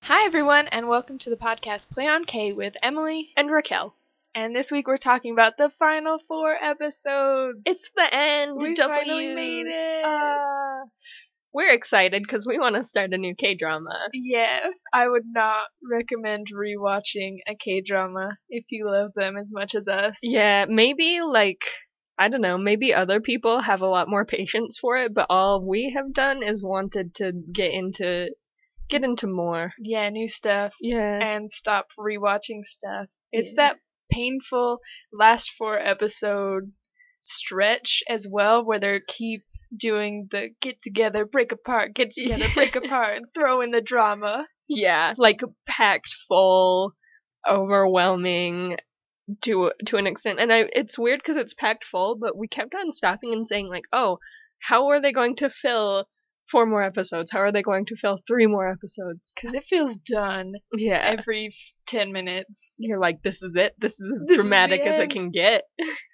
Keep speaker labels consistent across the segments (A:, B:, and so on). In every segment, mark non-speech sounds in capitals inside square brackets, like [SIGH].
A: Hi, everyone, and welcome to the podcast Play on K with Emily.
B: and Raquel.
A: And this week we're talking about the final four episodes.
B: It's the end.
A: we
B: W.
A: finally made it.
B: Uh, we're excited because we want to start a new K drama.
A: yeah, I would not recommend rewatching a K drama if you love them as much as us.
B: Yeah, maybe like I don't know. Maybe other people have a lot more patience for it, but all we have done is wanted to get into get into more.
A: Yeah, new stuff.
B: Yeah.
A: And stop rewatching stuff. It's
B: Yeah.
A: that painful last four episode stretch as well where they keep doing the get together, break apart, get
B: [LAUGHS]
A: together, break apart, and throw in the drama.
B: Yeah, like packed full, overwhelming to to an extent. And I it's weird cuz it's packed full, but we kept on stopping and saying like, "Oh, how are they going to fill four more episodes? How are they going to fill three more episodes?"
A: Because it feels done
B: Yeah.
A: every f- 10 minutes.
B: You're like, "This is it. This is as
A: This is the
B: dramatic as it
A: end."
B: can get."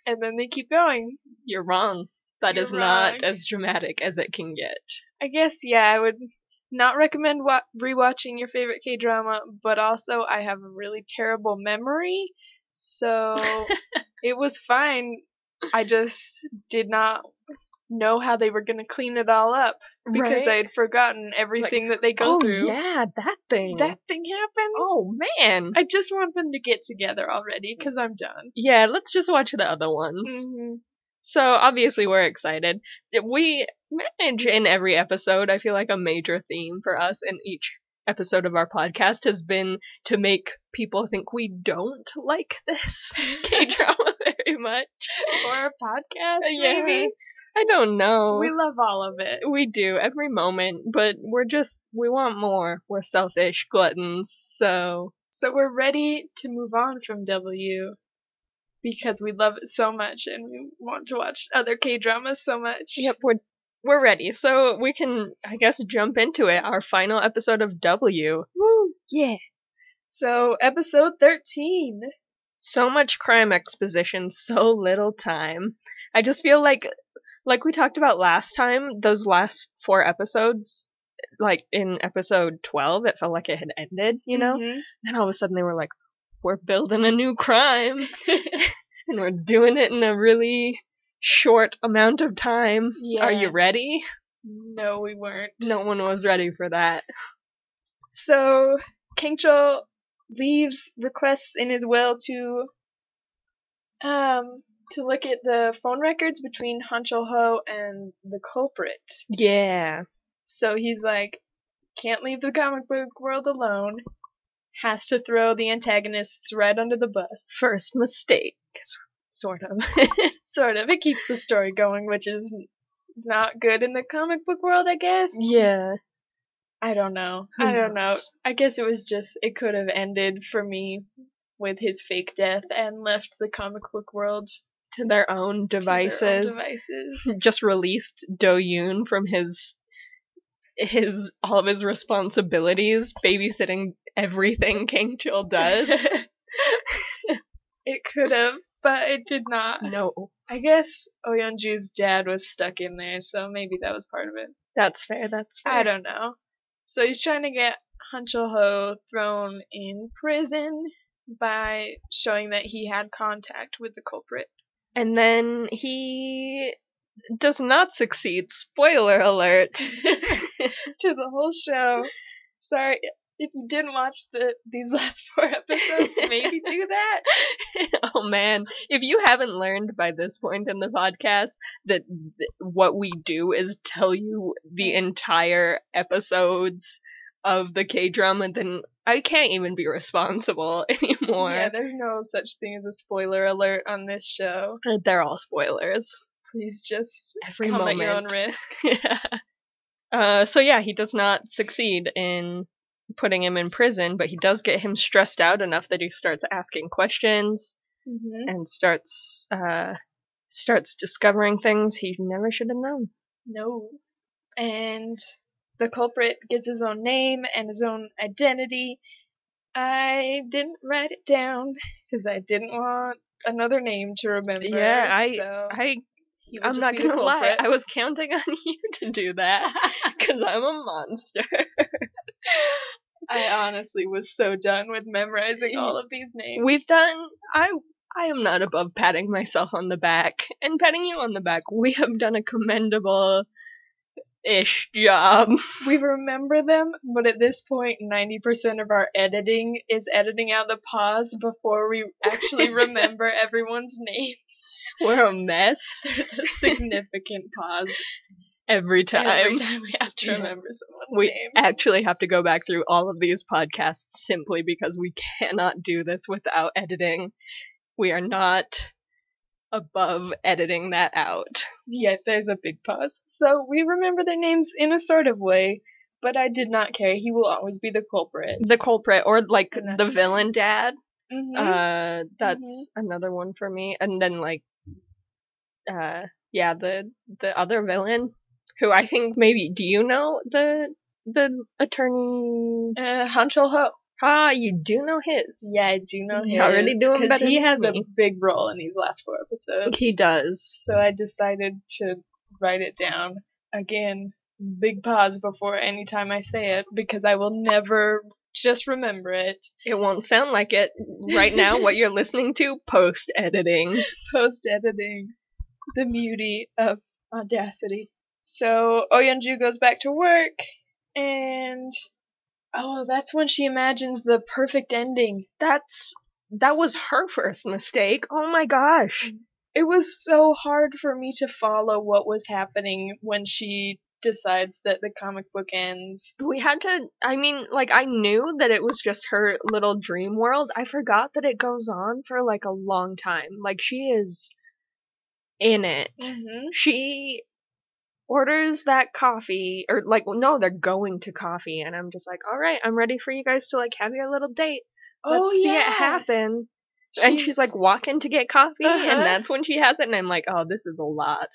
A: And then they keep going.
B: You're wrong. That
A: You're
B: is not
A: wrong.
B: as dramatic as it can get.
A: I guess, yeah, I would not recommend wa- rewatching your favorite K drama, but also I have a really terrible memory.
B: [LAUGHS]
A: So it was fine. I just did not know how they were going to clean it all up because I had forgotten everything that they go
B: oh
A: through.
B: yeah, that thing.
A: That thing happened.
B: oh man.
A: I just want them to get together already because I'm done.
B: yeah, let's just watch the other ones.
A: Mhm.
B: So obviously we're excited. We manage in every episode, I feel like a major theme for us in each episode of our podcast has been to make people think we don't like [LAUGHS] this K drama
A: [LAUGHS]
B: very much.
A: Or a podcast,
B: Uh, Yeah. Oh.
A: maybe.
B: I don't know.
A: We love all of it.
B: we do every moment, but we're just we want more. We're selfish gluttons, so
A: So we're ready to move on from W because we love it so much and we want to watch other K dramas so much.
B: Yep, we're we're ready. So we can I guess jump into it. Our final episode of W.
A: Woo.
B: Yeah.
A: So episode 13.
B: so much crime exposition, so little time. I just feel like like we talked about last time, those last four episodes, like in episode 12, it felt like it had ended, you know?
A: Mhm.
B: Then all of a sudden they were like, we're building a new crime Mm-hmm. and we're doing it in a really short amount of time. Are
A: Yeah.
B: you ready?
A: [LAUGHS] no, we weren't.
B: No one was ready for that.
A: So King Chul leaves requests in his will to um to look at the phone records between Han Chul Ho and the culprit.
B: Yeah.
A: So he's like, can't leave the comic book world alone. Has to throw the antagonists right under the bus.
B: First mistake, s- sort of. [LAUGHS]
A: Sort of. It keeps the story going, which is n- not good in the comic book world, I guess.
B: yeah.
A: I don't know.
B: Who
A: I don't know.
B: knows?
A: I guess it was just, it could have ended for me with his fake death and left the comic book world
B: To their own
A: to their own
B: devices. [LAUGHS]
A: devices.
B: just released Do Yoon from his his all of his responsibilities, babysitting everything [LAUGHS] King Chill [LAUGHS] does.
A: it could have, but it did not.
B: no,
A: I guess Oyunju's dad was stuck in there, so maybe that was part of it.
B: that's fair. That's fair.
A: I don't know. So he's trying to get Hunchel Ho thrown in prison by showing that he had contact with the culprit. [LAUGHS]
B: And then he does not succeed. Spoiler [LAUGHS] alert.
A: to the whole show. Sorry if you didn't watch the these [LAUGHS] last four episodes, maybe do that.
B: [LAUGHS] oh man, if you haven't learned by this point in the podcast that th- what we do is tell you
A: Mm.
B: the entire episodes of the K drama, then I can't even be responsible [LAUGHS] anymore.
A: Yeah, there's no such thing as a spoiler alert on this show.
B: They're all spoilers.
A: Please just
B: Every
A: come
B: moment.
A: at your own risk.
B: yeah. [LAUGHS] Uh, so yeah, he does not succeed in putting him in prison, but he does get him stressed out enough that he starts asking questions.
A: Mm-hmm.
B: and starts uh starts discovering things he never should have known.
A: No. And the culprit gets his own name and his own identity I didn't write it down because I didn't want another name to remember.
B: Yeah, I-
A: so
B: I
A: he would
B: I'm
A: just
B: not
A: be the
B: gonna lie. [LAUGHS]
A: culprit.
B: I was counting on you to do
A: [LAUGHS]
B: that because I'm a monster.
A: I honestly was so done with memorizing all of these names.
B: We've done. I I am not above patting myself on the back and patting you on the back. We have done a commendable ish job. [LAUGHS]
A: we remember them, but at this point, 90% of our editing is editing out the pause before we actually
B: [LAUGHS]
A: remember everyone's name.
B: We're a mess [LAUGHS]
A: There's [LAUGHS] a significant pause
B: every time.
A: every time we have to
B: Yeah.
A: remember someone's
B: We
A: name.
B: actually have to go back through all of these podcasts simply because we cannot do this without editing. We are not above editing that out.
A: Yeah, there's a big pause. So we remember their names in a sort of way, but I did not care. He will always be the culprit.
B: The culprit or like
A: And
B: the
A: that's fine. Mm-hmm.
B: villain dad.
A: Mhm.
B: Uh, that's another one for me. And then like, uh, yeah, the the other villain, who I think maybe do you know the the attorney?
A: Uh, Hanchel Ho.
B: Ah, you do know his.
A: Yeah, I do know him.
B: You're already doing better
A: He
B: than
A: has a
B: me.
A: big role in these last four episodes.
B: he does.
A: So I decided to write it down again. Big pause before any time I say it because I will never just remember it.
B: It won't sound like it right now. what you're listening to post editing.
A: Post editing, the beauty of audacity. So Oyunju goes back to work, and oh, that's when she imagines the perfect ending.
B: That's that was her first mistake. Oh my gosh.
A: It was so hard for me to follow what was happening when she decides that the comic book ends.
B: we had to i mean like i knew that it was just her little dream world i forgot that it goes on for like a long time like she is in it
A: Mm-hmm.
B: she orders that coffee or like no they're going to coffee and i'm just like all right i'm ready for you guys to like have your little date
A: Oh,
B: let's see it happen and she's like walking to get coffee
A: Uh-huh.
B: and that's when she has it and i'm like oh this is a lot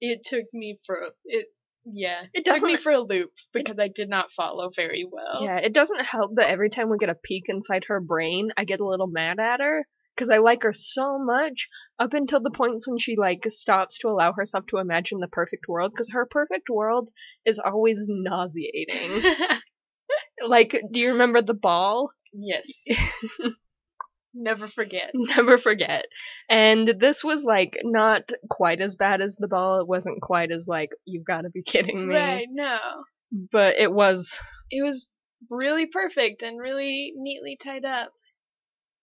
A: it took me for it yeah
B: It
A: it took me
B: doesn't-
A: for a loop because i did not follow very well
B: Yeah, it doesn't help that every time we get a peek inside her brain, I get a little mad at her because I like her so much up until the points when she like stops to allow herself to imagine the perfect world because her perfect world is always nauseating. [LAUGHS]
A: [LAUGHS]
B: like, do you remember the ball? [LAUGHS]
A: yes never
B: [LAUGHS]
A: forget
B: Never forget. And this was like not quite as bad as the ball. It wasn't quite as like you've got to be kidding me.
A: right no
B: But it was
A: it was really perfect and really neatly tied up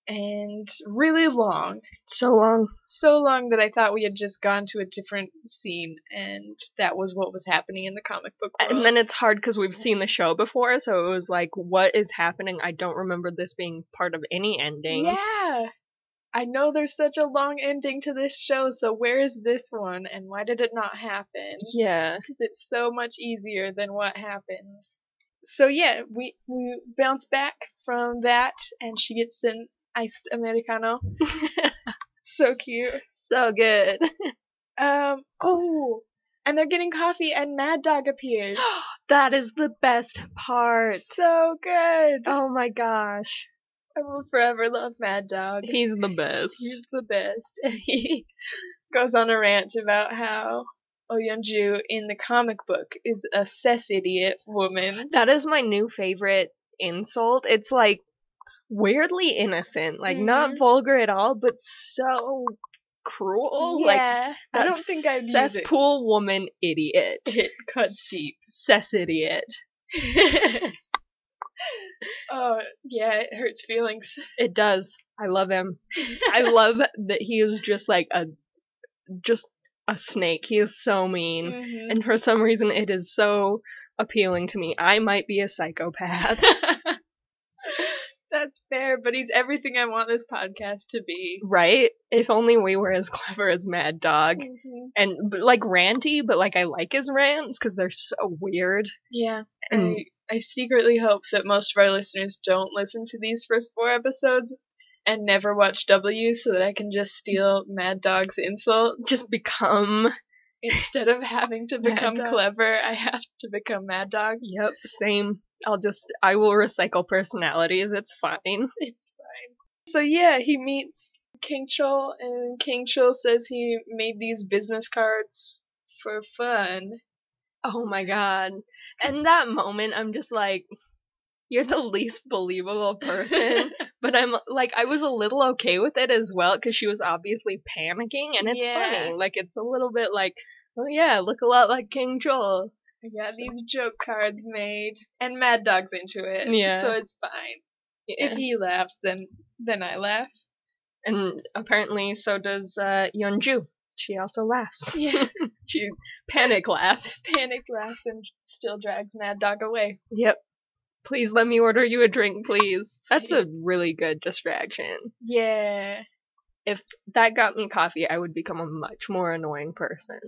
A: and really long
B: so long.
A: so long that i thought we had just gone to a different scene and that was what was happening in the comic book world.
B: and then it's hard because we've seen the show before, so it was like, what is happening? I don't remember this being part of any ending.
A: Yeah. I know there's such a long ending to this show, so where is this one and why did it not happen?
B: Yeah.
A: Because it's so much easier than what happens. So yeah, we we bounce back from that and she gets an iced americano. So cute.
B: so good. [LAUGHS]
A: Um oh, and they're getting coffee and Mad Dog appears.
B: that is the best part.
A: so good.
B: Oh my gosh.
A: I will forever love Mad Dog.
B: He's the best.
A: He's the best. [LAUGHS] And he goes on a rant about how Oh Young-ju in the comic book is a cess idiot woman.
B: That is my new favorite insult. It's like weirdly innocent, like not
A: Mhm.
B: vulgar at all, but so cruel. Like,
A: Oh, I don't think I'd use it.
B: Cesspool woman idiot.
A: [LAUGHS] It cuts deep.
B: Cess idiot.
A: [LAUGHS] oh yeah, it hurts feelings.
B: It does. I love him. I love that he is just like a just a snake. He is so mean.
A: Mhm.
B: And for some reason it is so appealing to me. I might be a psychopath. [LAUGHS]
A: Mm-hmm. [LAUGHS] That's fair, but he's everything I want this podcast to be.
B: right? If only we were as clever as Mad Dog.
A: Mhm.
B: And but, like ranty, but like I like his rants cuz they're so weird.
A: Yeah.
B: And
A: I, I secretly hope that most of our listeners don't listen to these first four episodes and
B: [LAUGHS]
A: never watch W so that I can just steal Mad Dog's insults.
B: just become
A: instead of having to
B: Mad
A: become
B: Dog.
A: clever, I have to become Mad Dog.
B: Yep, same. I'll just I will recycle personalities. It's fine.
A: It's fine. So yeah, he meets King Chul, and King Chul says he made these business cards for fun.
B: Oh my god. And that moment I'm just like you're the least
A: [LAUGHS]
B: believable person, but I'm like I was a little okay with it as well cuz she was obviously panicking and it's
A: Yeah.
B: funny. Like it's a little bit like, oh yeah, look a lot like King Joel.
A: I got
B: So-
A: these joke cards made, and Mad Dog's into it.
B: Yeah.
A: So it's fine.
B: Yeah.
A: If he laughs, then then I laugh.
B: and apparently so does uh Yeonju. She also laughs.
A: Yeah.
B: [LAUGHS] she panic laughs.
A: Panic laughs and still drags Mad Dog away.
B: Yep. Please let me order you a drink, please. That's a really good distraction.
A: Yeah.
B: If that got me coffee, I would become a much more annoying person.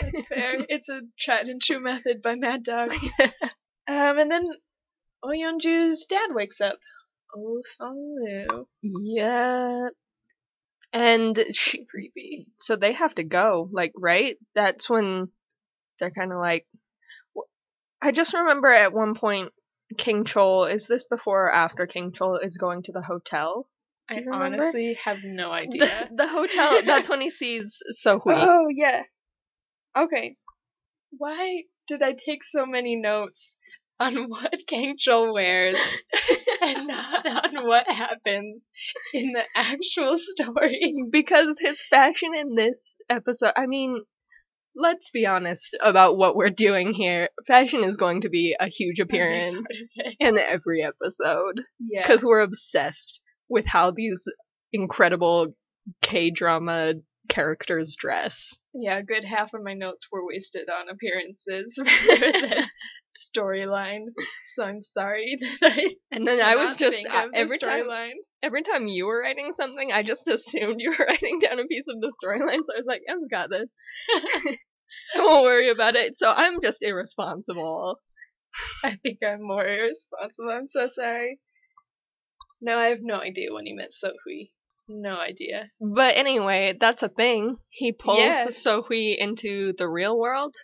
A: That's
B: [LAUGHS]
A: fair. it's a tried and true method by Mad Dog. [LAUGHS] um, and then Oh Yeonju's dad wakes up. Oh Sung Woo.
B: Yeah. And she,
A: creepy.
B: so they have to go, like, right? That's when they're kind of like. wh- I just remember at one point, King Chol, is this before or after King Chol is going to the hotel? Do
A: I
B: you remember?
A: honestly have
B: [LAUGHS]
A: no
B: The,
A: idea.
B: the hotel, that's when he sees Sohui.
A: [LAUGHS] oh yeah. Okay. Why did I take so many notes on [LAUGHS] what Kang Chul wears and
B: [LAUGHS]
A: not on what happens in the actual story?
B: because his fashion in this episode i mean let's be honest about what we're doing here fashion is going to be a
A: [LAUGHS]
B: huge [LAUGHS] appearance in every episode
A: Yeah.
B: because we're obsessed with how these incredible k-drama characters dress
A: Yeah, a good half of my notes were wasted on
B: [LAUGHS]
A: appearances [LAUGHS] rather than storyline. So I'm sorry [LAUGHS] that I
B: and then i was
A: cannot
B: just
A: think
B: I-
A: of the
B: every time
A: storyline.
B: every time you were writing something i just assumed you were [LAUGHS] writing down a piece of the storyline so i was like em's got
A: [LAUGHS]
B: this [LAUGHS] i won't worry about it so i'm just irresponsible
A: [LAUGHS] I think I'm more irresponsible. I'm so sorry. No, I have no idea when he met Sohui. No idea.
B: But anyway, that's a thing. He pulls
A: Yeah.
B: Sohui into the real world.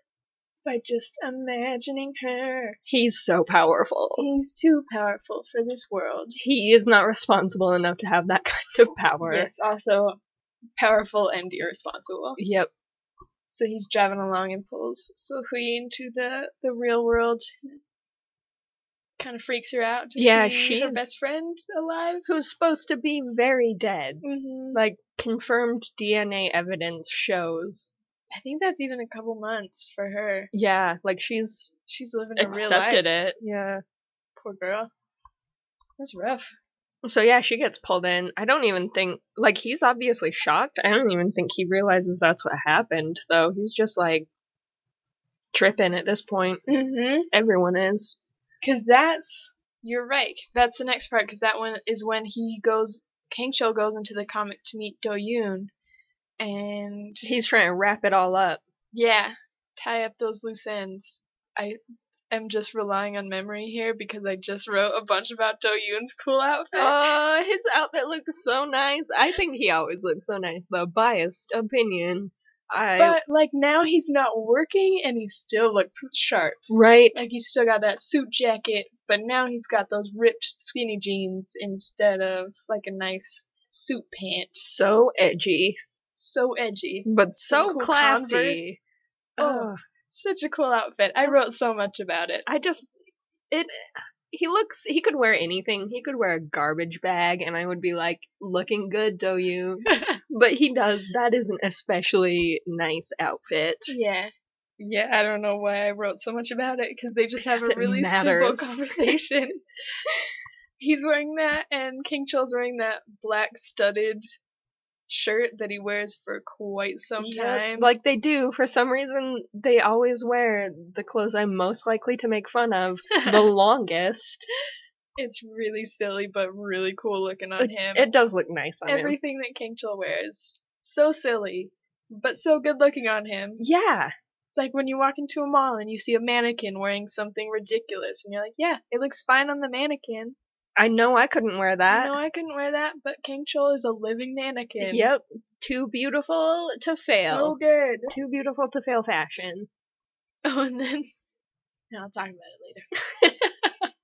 A: By just imagining her.
B: He's so powerful.
A: He's too powerful for this world.
B: He is not responsible enough to have that [LAUGHS] kind of power.
A: Yes, also powerful and irresponsible.
B: Yep.
A: So he's driving along and pulls Sohui into the, the real world. Kind of freaks her out to
B: Yeah,
A: see her
B: she's-
A: best friend alive.
B: Who's supposed to be very dead.
A: hmm
B: Like, confirmed DNA evidence shows.
A: I think that's even a couple months for her.
B: Yeah, like she's
A: She's living a real life.
B: accepted it. Yeah.
A: Poor girl. That's rough.
B: So yeah, she gets pulled in. I don't even think like he's obviously shocked. I don't even think he realizes that's what happened though. He's just like tripping at this point.
A: Mm-hmm.
B: Everyone is.
A: Because that's you're right. That's the next part. Because that one is when he goes. Kang Cho goes into the comic to meet Do Yoon, and
B: he's trying to wrap it
A: [LAUGHS]
B: all up.
A: yeah, tie up those loose ends. I am just relying on memory here because I just wrote a bunch about Do Yoon's cool outfit.
B: Oh, his outfit looks so nice. I think he always looks so nice, though. Biased opinion. I
A: but like now he's not working and he still looks sharp.
B: right.
A: Like he's still got that suit jacket, but now he's got those ripped skinny jeans instead of like a nice suit pant.
B: so edgy,
A: So edgy.
B: but so
A: cool Converse.
B: classy.
A: Oh.
B: Ugh,
A: Such a cool outfit. I wrote so much about it.
B: I just it. He looks. He could wear anything. He could wear a garbage bag, and I would be like, "Looking good,
A: [LAUGHS]
B: do you?" But he does. That is an especially nice outfit.
A: yeah. Yeah, I don't know why I wrote so much about it because they just have
B: Because
A: a
B: it
A: really simple
B: matters. [LAUGHS]
A: conversation. he's wearing that, and King Chul's wearing that black studded shirt that he wears for quite some
B: Yeah,
A: time.
B: like they do. For some reason, they always wear the clothes I'm most likely to make fun of
A: [LAUGHS]
B: the longest.
A: it's really silly but really cool looking on him.
B: It does look nice on him.
A: everything that King Chul wears. So silly, but so good looking on him.
B: Yeah,
A: It's like when you walk into a mall and you see a mannequin wearing something ridiculous, and you're like, yeah, it looks fine on the mannequin.
B: I know I couldn't wear
A: I
B: that.
A: know I couldn't wear that, but King Chul is a living mannequin.
B: Yep, too beautiful to fail.
A: So good. [LAUGHS]
B: too beautiful to fail fashion.
A: Oh, and then. No, I'll talk about it
B: [LAUGHS]
A: later.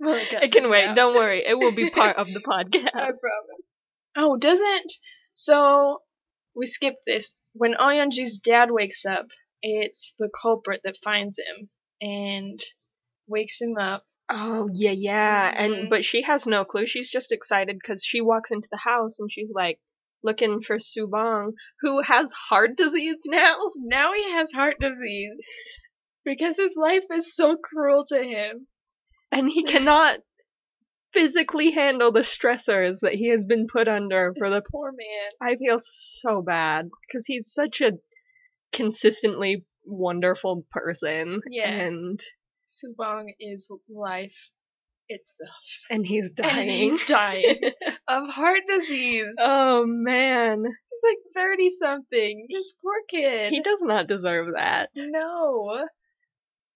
A: well, it, got
B: It can
A: leaked
B: wait.
A: out.
B: Don't worry. It
A: [LAUGHS]
B: will be part of the
A: I
B: podcast.
A: promise. Oh, doesn't. So, we skipped this. When Oyonju's dad wakes up, it's the culprit that finds him and wakes him up.
B: Oh yeah, yeah.
A: Mhm.
B: And but she has no clue. She's just excited because she walks into the house and she's like looking for Subang, who has heart disease now.
A: Now he has heart disease [LAUGHS] because his life is so cruel to him.
B: and he cannot physically handle the stressors that he has been put under for
A: This
B: the
A: poor man.
B: I feel so bad cuz he's such a consistently wonderful person
A: Yeah.
B: and
A: Subang is life itself.
B: and
A: [LAUGHS]
B: he's
A: And [LAUGHS]
B: dying
A: he's dying Uh, of heart disease.
B: oh man
A: He's like 30 something. This poor kid.
B: he does not deserve that
A: No.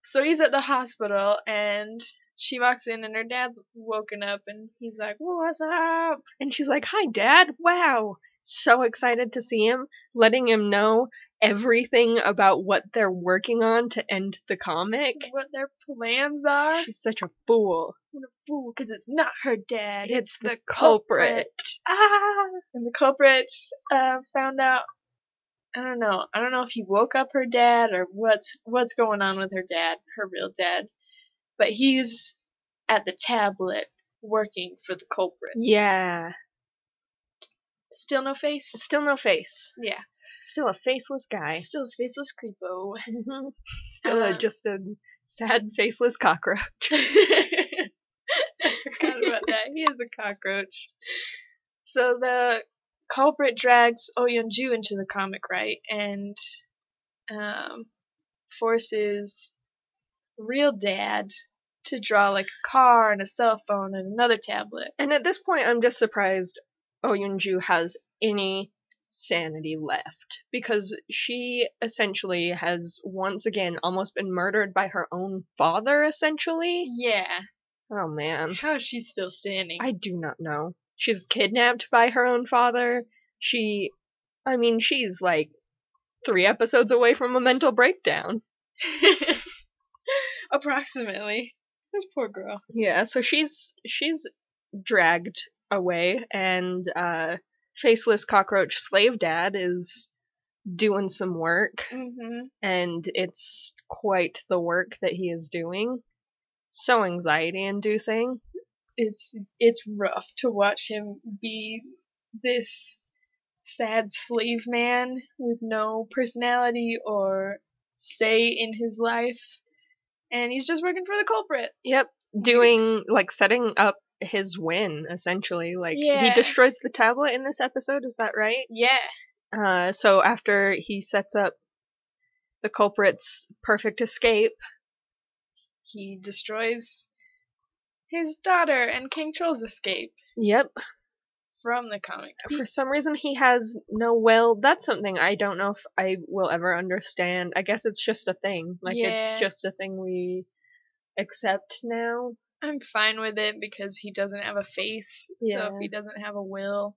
A: So he's at the hospital and she walks in and her dad's woken up and he's like, What's up?
B: and she's like hi dad wow so excited to see him letting him know everything about what they're working on to end the comic
A: What their plans are.
B: she's such a fool
A: What a fool, because it's not her dad.
B: It's the
A: Ah! And the culprit uh, found out. I don't know. I don't know if he woke up her dad or what's what's going on with her dad, her real dad. But he's at the tablet working for the culprit.
B: yeah
A: Still no face.
B: Still no face.
A: Yeah.
B: Still a faceless guy.
A: Still a faceless creepo.
B: Still a,
A: Um,
B: just a sad faceless cockroach.
A: [LAUGHS] I forgot [LAUGHS] about that. He is a cockroach. So the culprit drags Oh Ju into the comic, right? And um, forces real dad to draw like a car and a cell phone and another tablet.
B: and at this point, I'm just surprised Oh Ju has any sanity left because she essentially has once again almost been murdered by her own father. Essentially,
A: Yeah.
B: oh man,
A: How is she still standing?
B: I do not know. She's kidnapped by her own father. She, I mean, she's like three episodes away from a mental breakdown.
A: [LAUGHS] Approximately. This poor girl.
B: Yeah, so she's she's dragged away and uh faceless cockroach slave dad is doing some work
A: Mm-hmm.
B: and it's quite the work that he is doing. So anxiety inducing.
A: it's it's rough to watch him be this sad slave man with no personality or say in his life and he's just working for the culprit
B: Yep, doing like setting up his win essentially. Like
A: Yeah.
B: he destroys the tablet in this episode, is that right?
A: yeah
B: Uh, so after he sets up the culprit's perfect escape,
A: he destroys his daughter and king troll's escape
B: yep,
A: from the comic
B: for some reason he has no will. That's something I don't know if I will ever understand. I guess it's just a thing. Like
A: Yeah.
B: it's just a thing we accept now.
A: i'm fine with it because he doesn't have a face so
B: Yeah.
A: if he doesn't have a will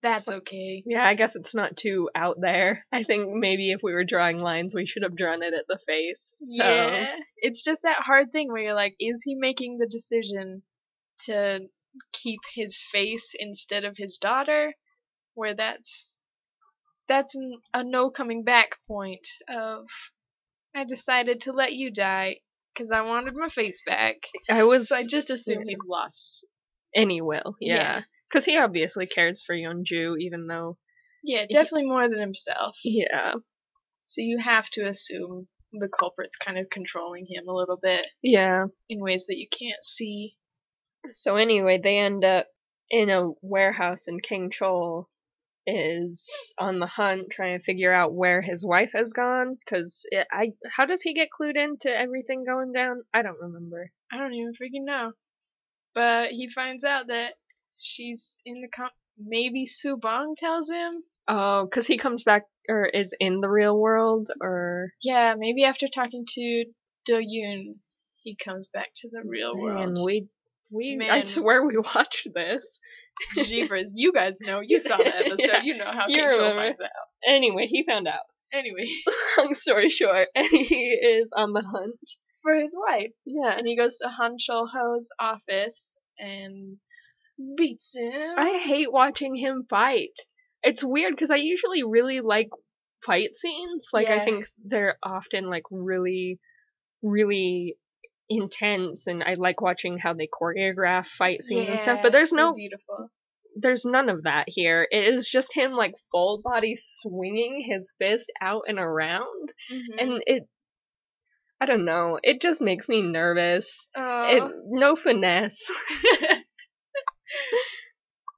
A: that's okay
B: Yeah, I guess it's not too out there. I think maybe if we were drawing lines, we should have drawn it at the face. So
A: Yeah. It's just that hard thing where you're like, is he making the decision to keep his face instead of his daughter? Where that's that's n- a no coming back point of I decided to let you die because I wanted my face back.
B: I was
A: So I just assume he's lost.
B: any will.
A: Yeah.
B: Yeah, because he obviously cares for Yeonju, even though
A: Yeah, definitely more than himself.
B: yeah,
A: So you have to assume the culprit's kind of controlling him a little bit
B: yeah.
A: in ways that you can't see.
B: So anyway, they end up in a warehouse, and King Chol is on the hunt trying to figure out where his wife has gone. Cause it, I, how does he get clued into everything going down? I don't remember.
A: I don't even freaking know. But he finds out that she's in the comp. Maybe Su Bong tells him.
B: Oh, cause he comes back or is in the real world, or
A: Yeah, [LAUGHS] maybe after talking to Do Yoon, he comes back to the real world.
B: and we We I
A: Man.
B: swear we [LAUGHS] watched this.
A: Jeepers, you guys know. You saw the episode.
B: [LAUGHS] Yeah,
A: you know how
B: you
A: Kate Joel
B: remember.
A: finds out.
B: Anyway, he found out. [LAUGHS]
A: Anyway, [LAUGHS]
B: Long story short, [LAUGHS] and he is on the hunt.
A: for his wife.
B: Yeah.
A: And he goes to Han Chul Ho's office and beats him.
B: I hate watching him fight. It's weird because I usually really like fight scenes. Like I
A: Yeah.
B: think they're often like really, really intense, and I like watching how they choreograph fight scenes and stuff. But
A: Yeah,
B: there's
A: so
B: no,
A: beautiful.
B: there's none of that here. It is just him like full body swinging his fist out and around,
A: Mhm.
B: and it. I don't know. It just makes me nervous. It,
A: Aw.
B: no finesse. [LAUGHS]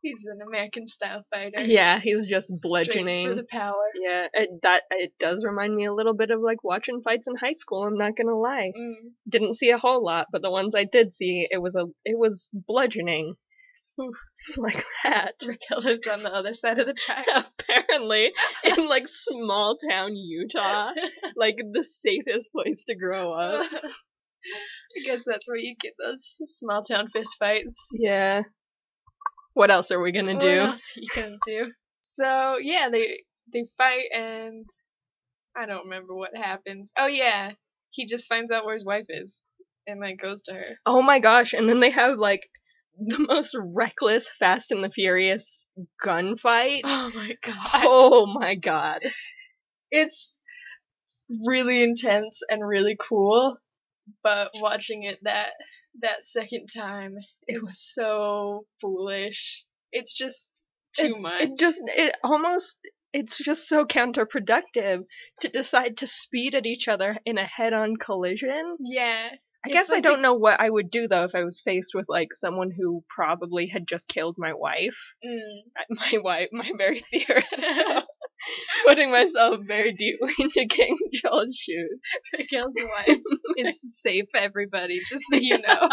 A: He's an American style fighter.
B: yeah, he's just
A: Straight
B: bludgeoning.
A: for the power.
B: Yeah, it, that it does remind me a little bit of like watching fights in high school. I'm not gonna lie.
A: Mm. [LAUGHS]
B: Didn't see a whole lot, but the ones I did see, it was a it was bludgeoning,
A: Oof.
B: [LAUGHS] like that. [LAUGHS]
A: Raquel lived on the other side of the tracks.
B: Apparently, in like small town Utah, like the safest place to grow up.
A: [LAUGHS] I guess that's where you get those small town fist fights.
B: Yeah. What else are we gonna
A: What
B: do?
A: else are you gonna do? So yeah, they they fight and I don't remember what happens. Oh yeah, he just finds out where his wife is and like goes to her.
B: Oh my gosh! And then they have like the most reckless Fast and the Furious
A: [GASPS]
B: gunfight.
A: Oh [LAUGHS] my god.
B: Oh my god.
A: it's really intense and really cool, but watching it that that second time,
B: It
A: it's so foolish. It's just too much.
B: it just it almost it's just so counterproductive to decide to speed at each other in a head-on collision.
A: yeah,
B: I
A: It's
B: guess I
A: like
B: don't know what I would do though if I was faced with like someone who probably had just killed my wife. [LAUGHS]
A: [LAUGHS] mm,
B: I- My wife, my very theoretical.
A: [LAUGHS]
B: putting myself very deeply into King Joel's shoes.
A: Raquel's [LAUGHS] wife. It's safe, everybody. Just so you [LAUGHS] know,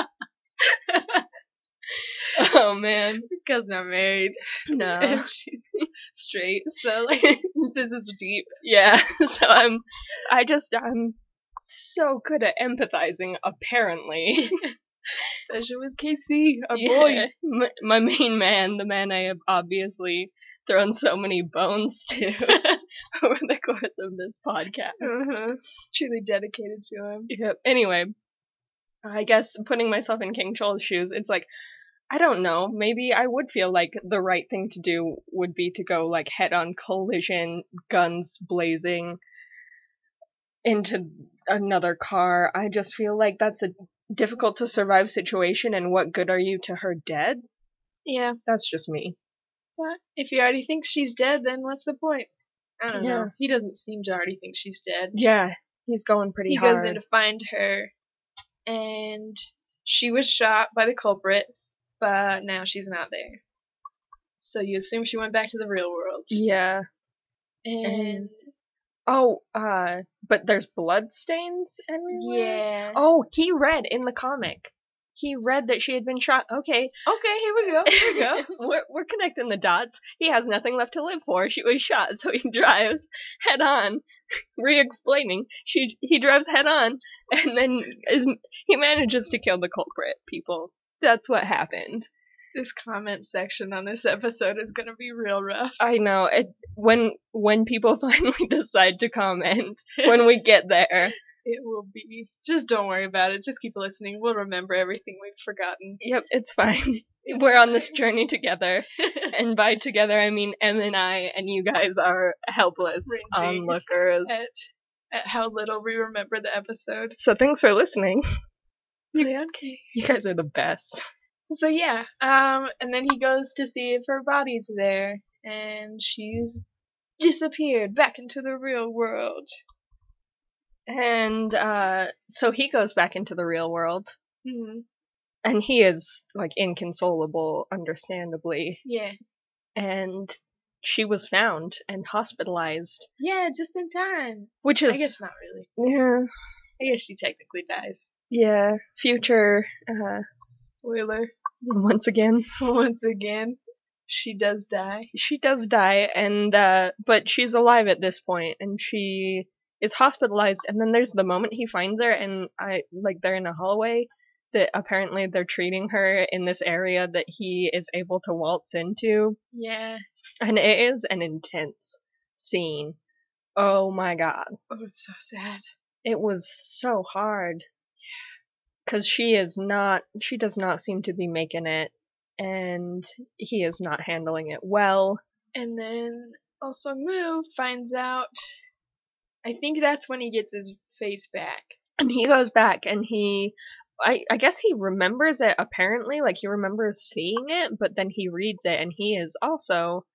B: Oh man,
A: Raquel's not married [LAUGHS]
B: no.
A: and she's straight. So [LAUGHS] like, this is deep.
B: yeah, [LAUGHS] so I'm. I just I'm so good at empathizing. Apparently.
A: Especially with KC, our
B: Yeah,
A: boy.
B: my, my main man, the man I have obviously thrown so many bones to [LAUGHS] over the course of this podcast.
A: Uh-huh. Truly dedicated to him.
B: Yep. Anyway, I guess putting myself in King Charles' shoes, it's like I don't know. Maybe I would feel like the right thing to do would be to go like head-on collision, guns blazing into another car. I just feel like that's a difficult to survive situation and what good are you to her dead?
A: Yeah.
B: That's just me.
A: But if he already thinks she's dead, then what's the point? I don't
B: Yeah.
A: know. He doesn't seem to already think she's dead.
B: Yeah, he's going pretty
A: he
B: hard.
A: goes in to find her, and she was shot by the culprit, but now she's not there. So you assume she went back to the real world.
B: yeah.
A: And
B: Oh, uh, but there's blood stains everywhere.
A: yeah.
B: Oh, he read in the comic. He read that she had been shot. Okay.
A: Okay, here we go. Here we [LAUGHS] go.
B: we're, we're connecting the dots. He has nothing left to live for. She was shot, so he [LAUGHS] drives head on, [LAUGHS] re-explaining. She he drives head on, and then is he manages to kill the culprit. People. That's what happened.
A: this comment section on this episode is gonna be real rough.
B: I know it when when people [LAUGHS] finally decide to comment
A: [LAUGHS]
B: when we get there.
A: It will be. Just don't worry about it. Just keep listening. We'll remember everything we've forgotten.
B: Yep, it's fine. [LAUGHS]
A: It's
B: We're on this
A: fine. [LAUGHS]
B: journey together, and by together I mean Em and I, and you guys are helpless
A: Cringy.
B: onlookers.
A: at, at how little we remember the episode.
B: So thanks for listening. [LAUGHS]
A: okay.
B: You guys are the best.
A: So yeah, um, and then he goes to see if her body's there, and she's disappeared back into the real world.
B: And uh, so he goes back into the real world,
A: hmm
B: and he is like inconsolable, understandably.
A: Yeah,
B: And she was found and hospitalized,
A: yeah, just in time.
B: which is
A: I guess not really.
B: yeah.
A: I guess she technically dies.
B: Yeah, future. Uh,
A: Spoiler [LAUGHS]
B: once again,
A: once again, she does die.
B: she does die, and uh, but she's alive at this point, and she is hospitalized. And then there's the moment he finds her, and I like they're in a hallway, that apparently they're treating her in this area that he is able to waltz into.
A: Yeah.
B: And it is an intense scene. Oh my god.
A: Oh, it's so sad.
B: It was so hard. Because she is not, she does not seem to be making it, and he is not handling it well.
A: And then also Moo finds out. I think that's when he gets his face back.
B: And he goes back and he, I, I guess he remembers it apparently, like he remembers seeing it, but then he reads it and he is also,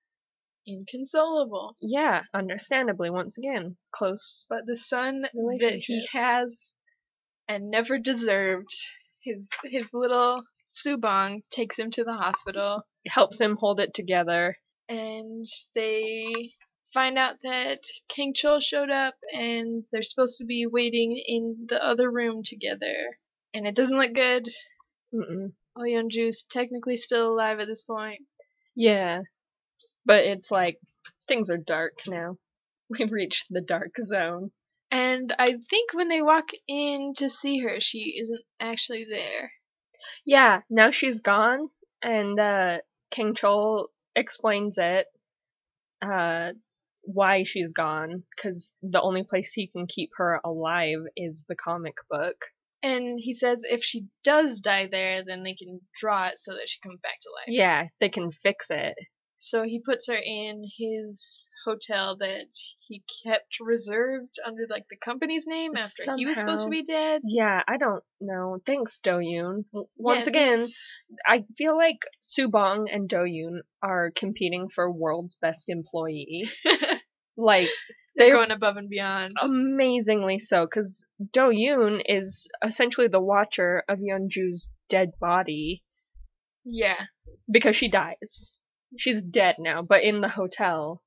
A: Inconsolable.
B: yeah, understandably, once again, close.
A: But the son that he
B: Relationship.
A: has and never deserved, his his little Subong takes him to the hospital
B: Helps him hold it together.
A: and they find out that King Chul showed up and they're supposed to be waiting in the other room together. And it doesn't look good.
B: Mm-mm.
A: Oh Yeonju's technically still alive at this point.
B: Yeah. But it's like, things are dark now. [LAUGHS] We've reached the dark zone.
A: And I think when they walk in to see her, she isn't actually there.
B: Yeah, now she's gone, and uh, King Chol explains it, uh, why she's gone, because the only place he can keep her alive is the comic book.
A: And he says if she does die there, then they can draw it so that she comes back to life.
B: Yeah, they can fix it.
A: So he puts her in his hotel that he kept reserved under like the company's name after he was supposed to
B: Somehow.
A: be dead.
B: Yeah, I don't know. Thanks, Doyoon. W- Once
A: Yeah,
B: again,
A: thanks.
B: I feel like Subong and Doyoon are competing for world's
A: [LAUGHS]
B: best employee. Like
A: they're
B: they're-
A: going above and beyond.
B: Um, amazingly so because do yoon is essentially the watcher of yeonju's dead body
A: yeah,
B: because she dies she's dead now but in the hotel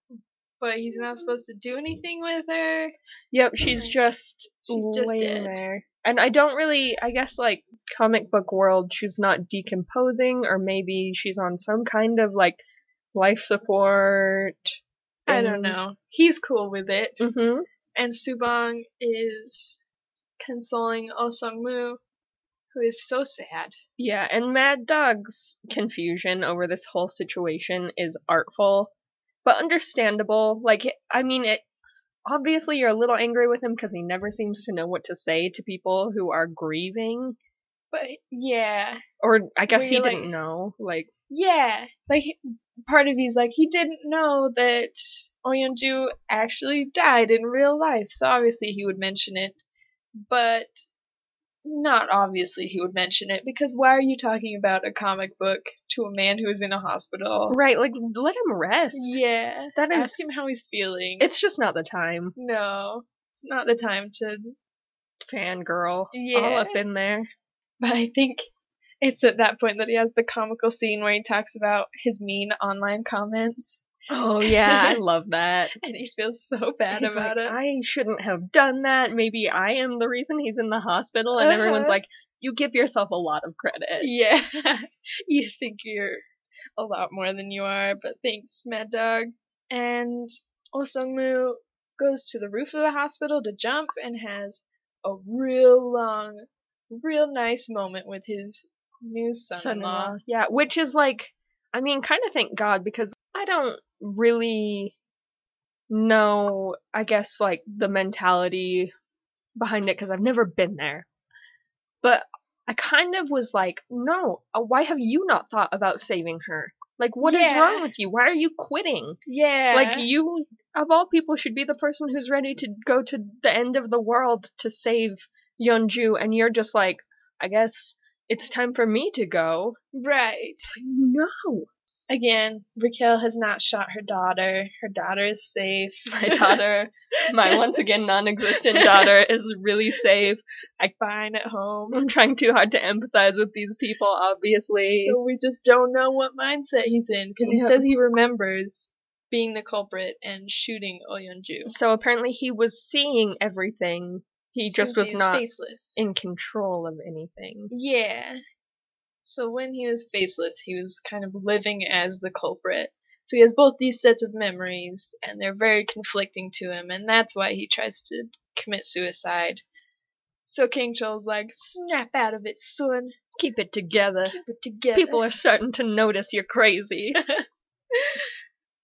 A: but he's
B: mm-hmm.
A: not supposed to do anything with her.
B: yep she's
A: Right.
B: just
A: Mm-hmm. She's just
B: laying
A: dead.
B: there and i don't really i guess like comic book world she's not decomposing or maybe she's on some kind of like life support
A: I don't
B: thing.
A: know. He's cool with it.
B: mhm
A: And Subong is consoling Oh Sung Mu, who is so sad.
B: Yeah, and Mad Dog's confusion over this whole situation is artful, but understandable. Like, I mean, it obviously you're a little angry with him because he never seems to know what to say to people who are grieving,
A: But yeah,
B: or I guess
A: Where
B: he
A: you're
B: didn't
A: like-
B: know. Like,
A: yeah. Like part of he's like he didn't know that Oh Yeonju actually died in real life, so obviously he would mention it. But not obviously he would mention it because why are you talking about a comic book to a man who is in a hospital?
B: right? Like, let him rest.
A: Yeah,
B: that is.
A: ask him how he's feeling.
B: It's just not the time,
A: no, it's not the time to
B: fangirl. All
A: Yeah.
B: up in there.
A: But I think it's at that point that he has the comical scene where he talks about his mean online comments
B: [LAUGHS] Oh yeah, I love that.
A: and he feels so bad
B: He's
A: about
B: like,
A: it.
B: I shouldn't have done that. Maybe I am the reason he's in the hospital. And everyone's
A: Uh-huh.
B: like, you give yourself a lot of credit.
A: Yeah. [LAUGHS] you think you're a lot more than you are, but thanks, Mad Dog. And Oh Sung Mu goes to the roof of the hospital to jump and has a real long, real nice moment with his new son in law.
B: Yeah, which is like, I mean, kind of thank God because I don't really know, I guess, like the mentality behind it because I've never been there. But I kind of was like, no, uh, why have you not thought about saving her? Like, what is
A: Yeah.
B: wrong with you? Why are you quitting?
A: Yeah.
B: Like you, of all people, should be the person who's ready to go to the end of the world to save Yeonju, and you're just like, I guess it's time for me to go.
A: right.
B: No, [LAUGHS]
A: Again, Raquel has not shot her daughter. Her daughter is safe.
B: my
A: [LAUGHS]
B: daughter, my once again non-existent daughter, is really safe.
A: is fine at home.
B: I'm trying too hard to empathize with these people, obviously.
A: So we just don't know what mindset he's in because he
B: Yeah.
A: says he remembers being the culprit and shooting Oh Yeonju.
B: So apparently, he was seeing everything. He just
A: Since
B: was not
A: faceless.
B: in control of anything.
A: yeah. So when he was faceless, he was kind of living as the culprit. So he has both these sets of memories, and they're very conflicting to him, and that's why he tries to commit suicide. So King Chill's like, snap out of it, son.
B: Keep it together.
A: Keep it together.
B: People are starting to notice you're crazy.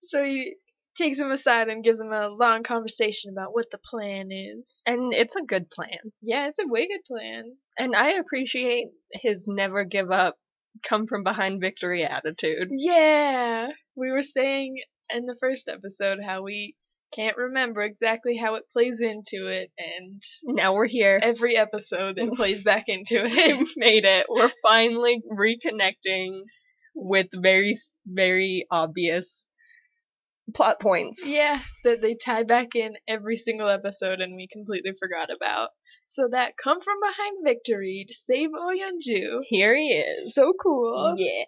A: so he takes him aside and gives him a long conversation about what the plan is.
B: and it's a good plan.
A: yeah, it's a way good plan.
B: And I appreciate his never give up, come from behind
A: [LAUGHS]
B: victory attitude.
A: Yeah. We were saying in the first episode how we can't remember exactly how it plays into it and
B: Now we're here.
A: every episode [LAUGHS] that plays back into
B: [LAUGHS] We
A: it.
B: made it. We're finally reconnecting with very, s- very obvious plot
A: [LAUGHS]
B: points.
A: yeah, that they tie back in every single episode and we completely forgot about. So that come from behind victory to save Oh Yeonju.
B: Here he is.
A: So cool.
B: Yeah.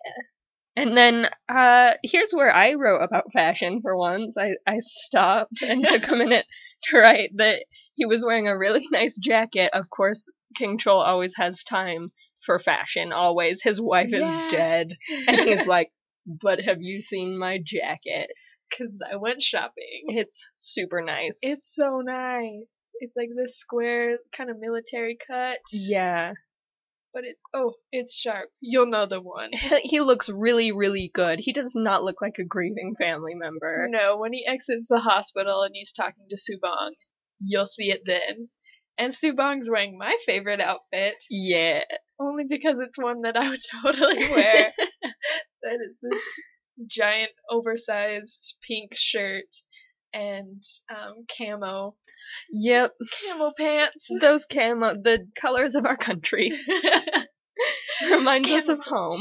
B: And then uh here's where I wrote about fashion for once. I, I
A: [LAUGHS]
B: stopped and took a minute to write that he was wearing a really nice jacket. Of course, King Troll always has time for fashion, always. His wife
A: Yeah.
B: is dead. And
A: [LAUGHS]
B: he's like, But have you seen my jacket?
A: Because I went shopping.
B: It's super nice.
A: It's so nice. It's like this square kind of military cut.
B: yeah.
A: But it's, oh, it's sharp. You'll know the one.
B: He he looks really, really good. He does not look like a grieving family member.
A: No, when he exits the hospital and he's talking to Subong, you'll see it then. And Subong's wearing my favorite outfit,
B: Yeah.
A: only because it's one that I would [LAUGHS] totally wear. that is this giant, oversized pink shirt and um, camo,
B: Yep.
A: camo pants. [LAUGHS]
B: those camo the colors of our country reminds us of home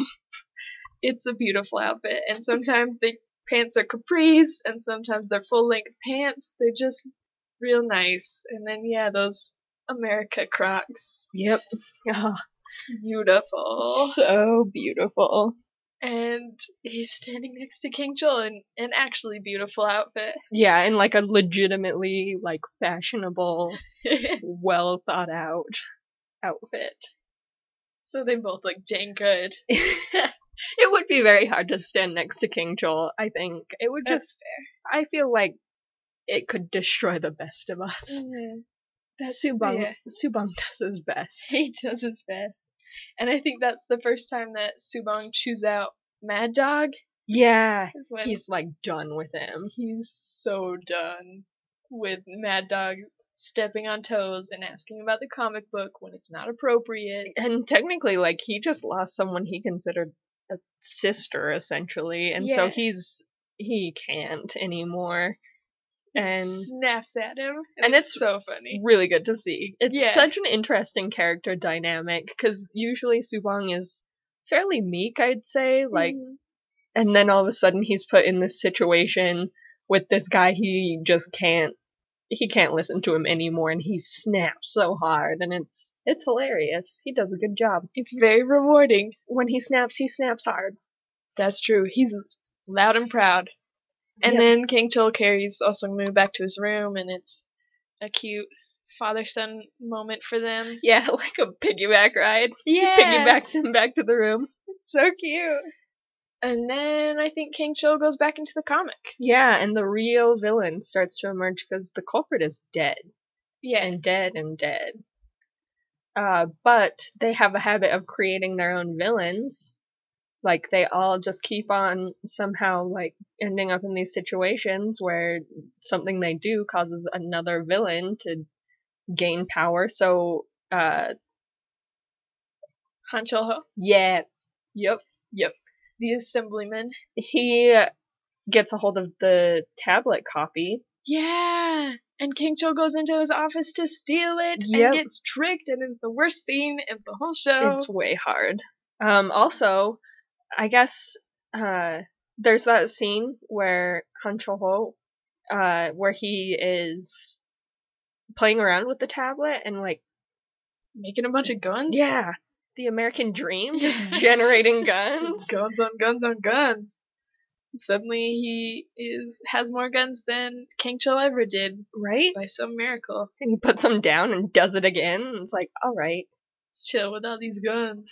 A: it's a beautiful outfit, and sometimes the pants are capris, and sometimes they're full length pants. They're just real nice. And then yeah, those America Crocs.
B: yep
A: beautiful.
B: Ah, so beautiful
A: And he's standing next to King Chul in an actually beautiful outfit. [LAUGHS]
B: yeah and like a legitimately like fashionable well thought out outfit [LAUGHS]
A: so they both look dang good.
B: it would be very hard to stand next to king joel i think it would just
A: That's fair.
B: i feel like it could destroy the best of us
A: Mm, Mm-hmm. That's
B: subang
A: yeah. [LAUGHS]
B: subang does his best
A: He does his best. And I think that's the first time that Subang chews out Mad Dog.
B: yeah
A: Is when
B: he's like done with him
A: he's so done with Mad Dog stepping on toes and asking about the comic book when it's not appropriate.
B: and technically like he just lost someone he considered a sister essentially and so
A: Yeah.
B: he's he can't anymore and
A: snaps at him.
B: and it's
A: so funny.
B: really good to see it's
A: Yeah.
B: such an interesting character dynamic because usually subang is fairly meek i'd say like
A: Mhm.
B: and then all of a sudden he's put in this situation with this guy he just can't he can't listen to him anymore and he snaps so hard and it's it's hilarious he does a good job
A: It's very rewarding.
B: when he snaps, he snaps hard.
A: That's true. He's loud and proud. And
B: Yep.
A: then King Chul carries also moved back to his room, and it's a cute father son moment for them.
B: [LAUGHS] Yeah, like a piggyback ride.
A: Yeah,
B: Piggybacks him back to the room.
A: so cute. And then I think King Chul goes back into the comic.
B: Yeah, and the real villain starts to emerge because the culprit is dead
A: Yeah,
B: and dead and dead. Uh, but they have a habit of creating their own villains. Like they all just keep on somehow like ending up in these situations where something they do causes another villain to gain power. So, uh,
A: Han Chul Ho,
B: yeah, yep.
A: the assemblyman.
B: he gets a hold of the tablet copy.
A: Yeah, and King Chul goes into his office to steal it
B: Yep.
A: and gets tricked, and it's the worst scene of the whole show.
B: It's way hard. Um, also, I guess uh, there's that scene where Han Cho Ho, uh, where he is playing around with the tablet and like,
A: Making a bunch of guns. [LAUGHS]
B: yeah, the American dream,
A: Yeah. [LAUGHS]
B: just [LAUGHS] generating guns.
A: guns on guns on guns. Suddenly he is has more guns than King Chul ever did
B: Right?
A: by some miracle.
B: And he puts them down and does it again. and It's like, all right.
A: Chill with all these guns.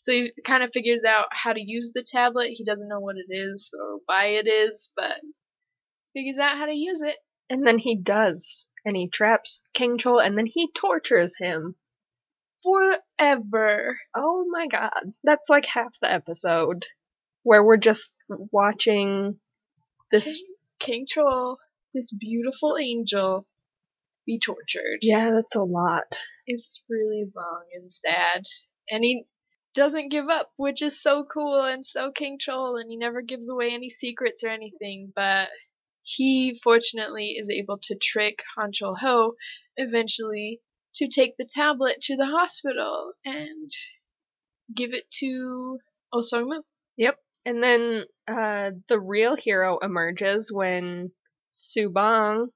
A: So he kind of figures out how to use the tablet. He doesn't know what it is or why it is, but figures out how to use it.
B: And then he does. And he traps King Chol and then he tortures him.
A: forever.
B: Oh my god. That's like half the episode where we're just watching this.
A: King Troll, this beautiful angel, be tortured.
B: Yeah, that's a lot.
A: It's really long and sad. And he doesn't give up, which is so cool and so King Troll, and he never gives away any secrets or anything, but he fortunately is able to trick Hanchul Ho eventually to take the tablet to the hospital and give it to Oh Osomu.
B: Yep. And then uh, the real hero emerges when Subang.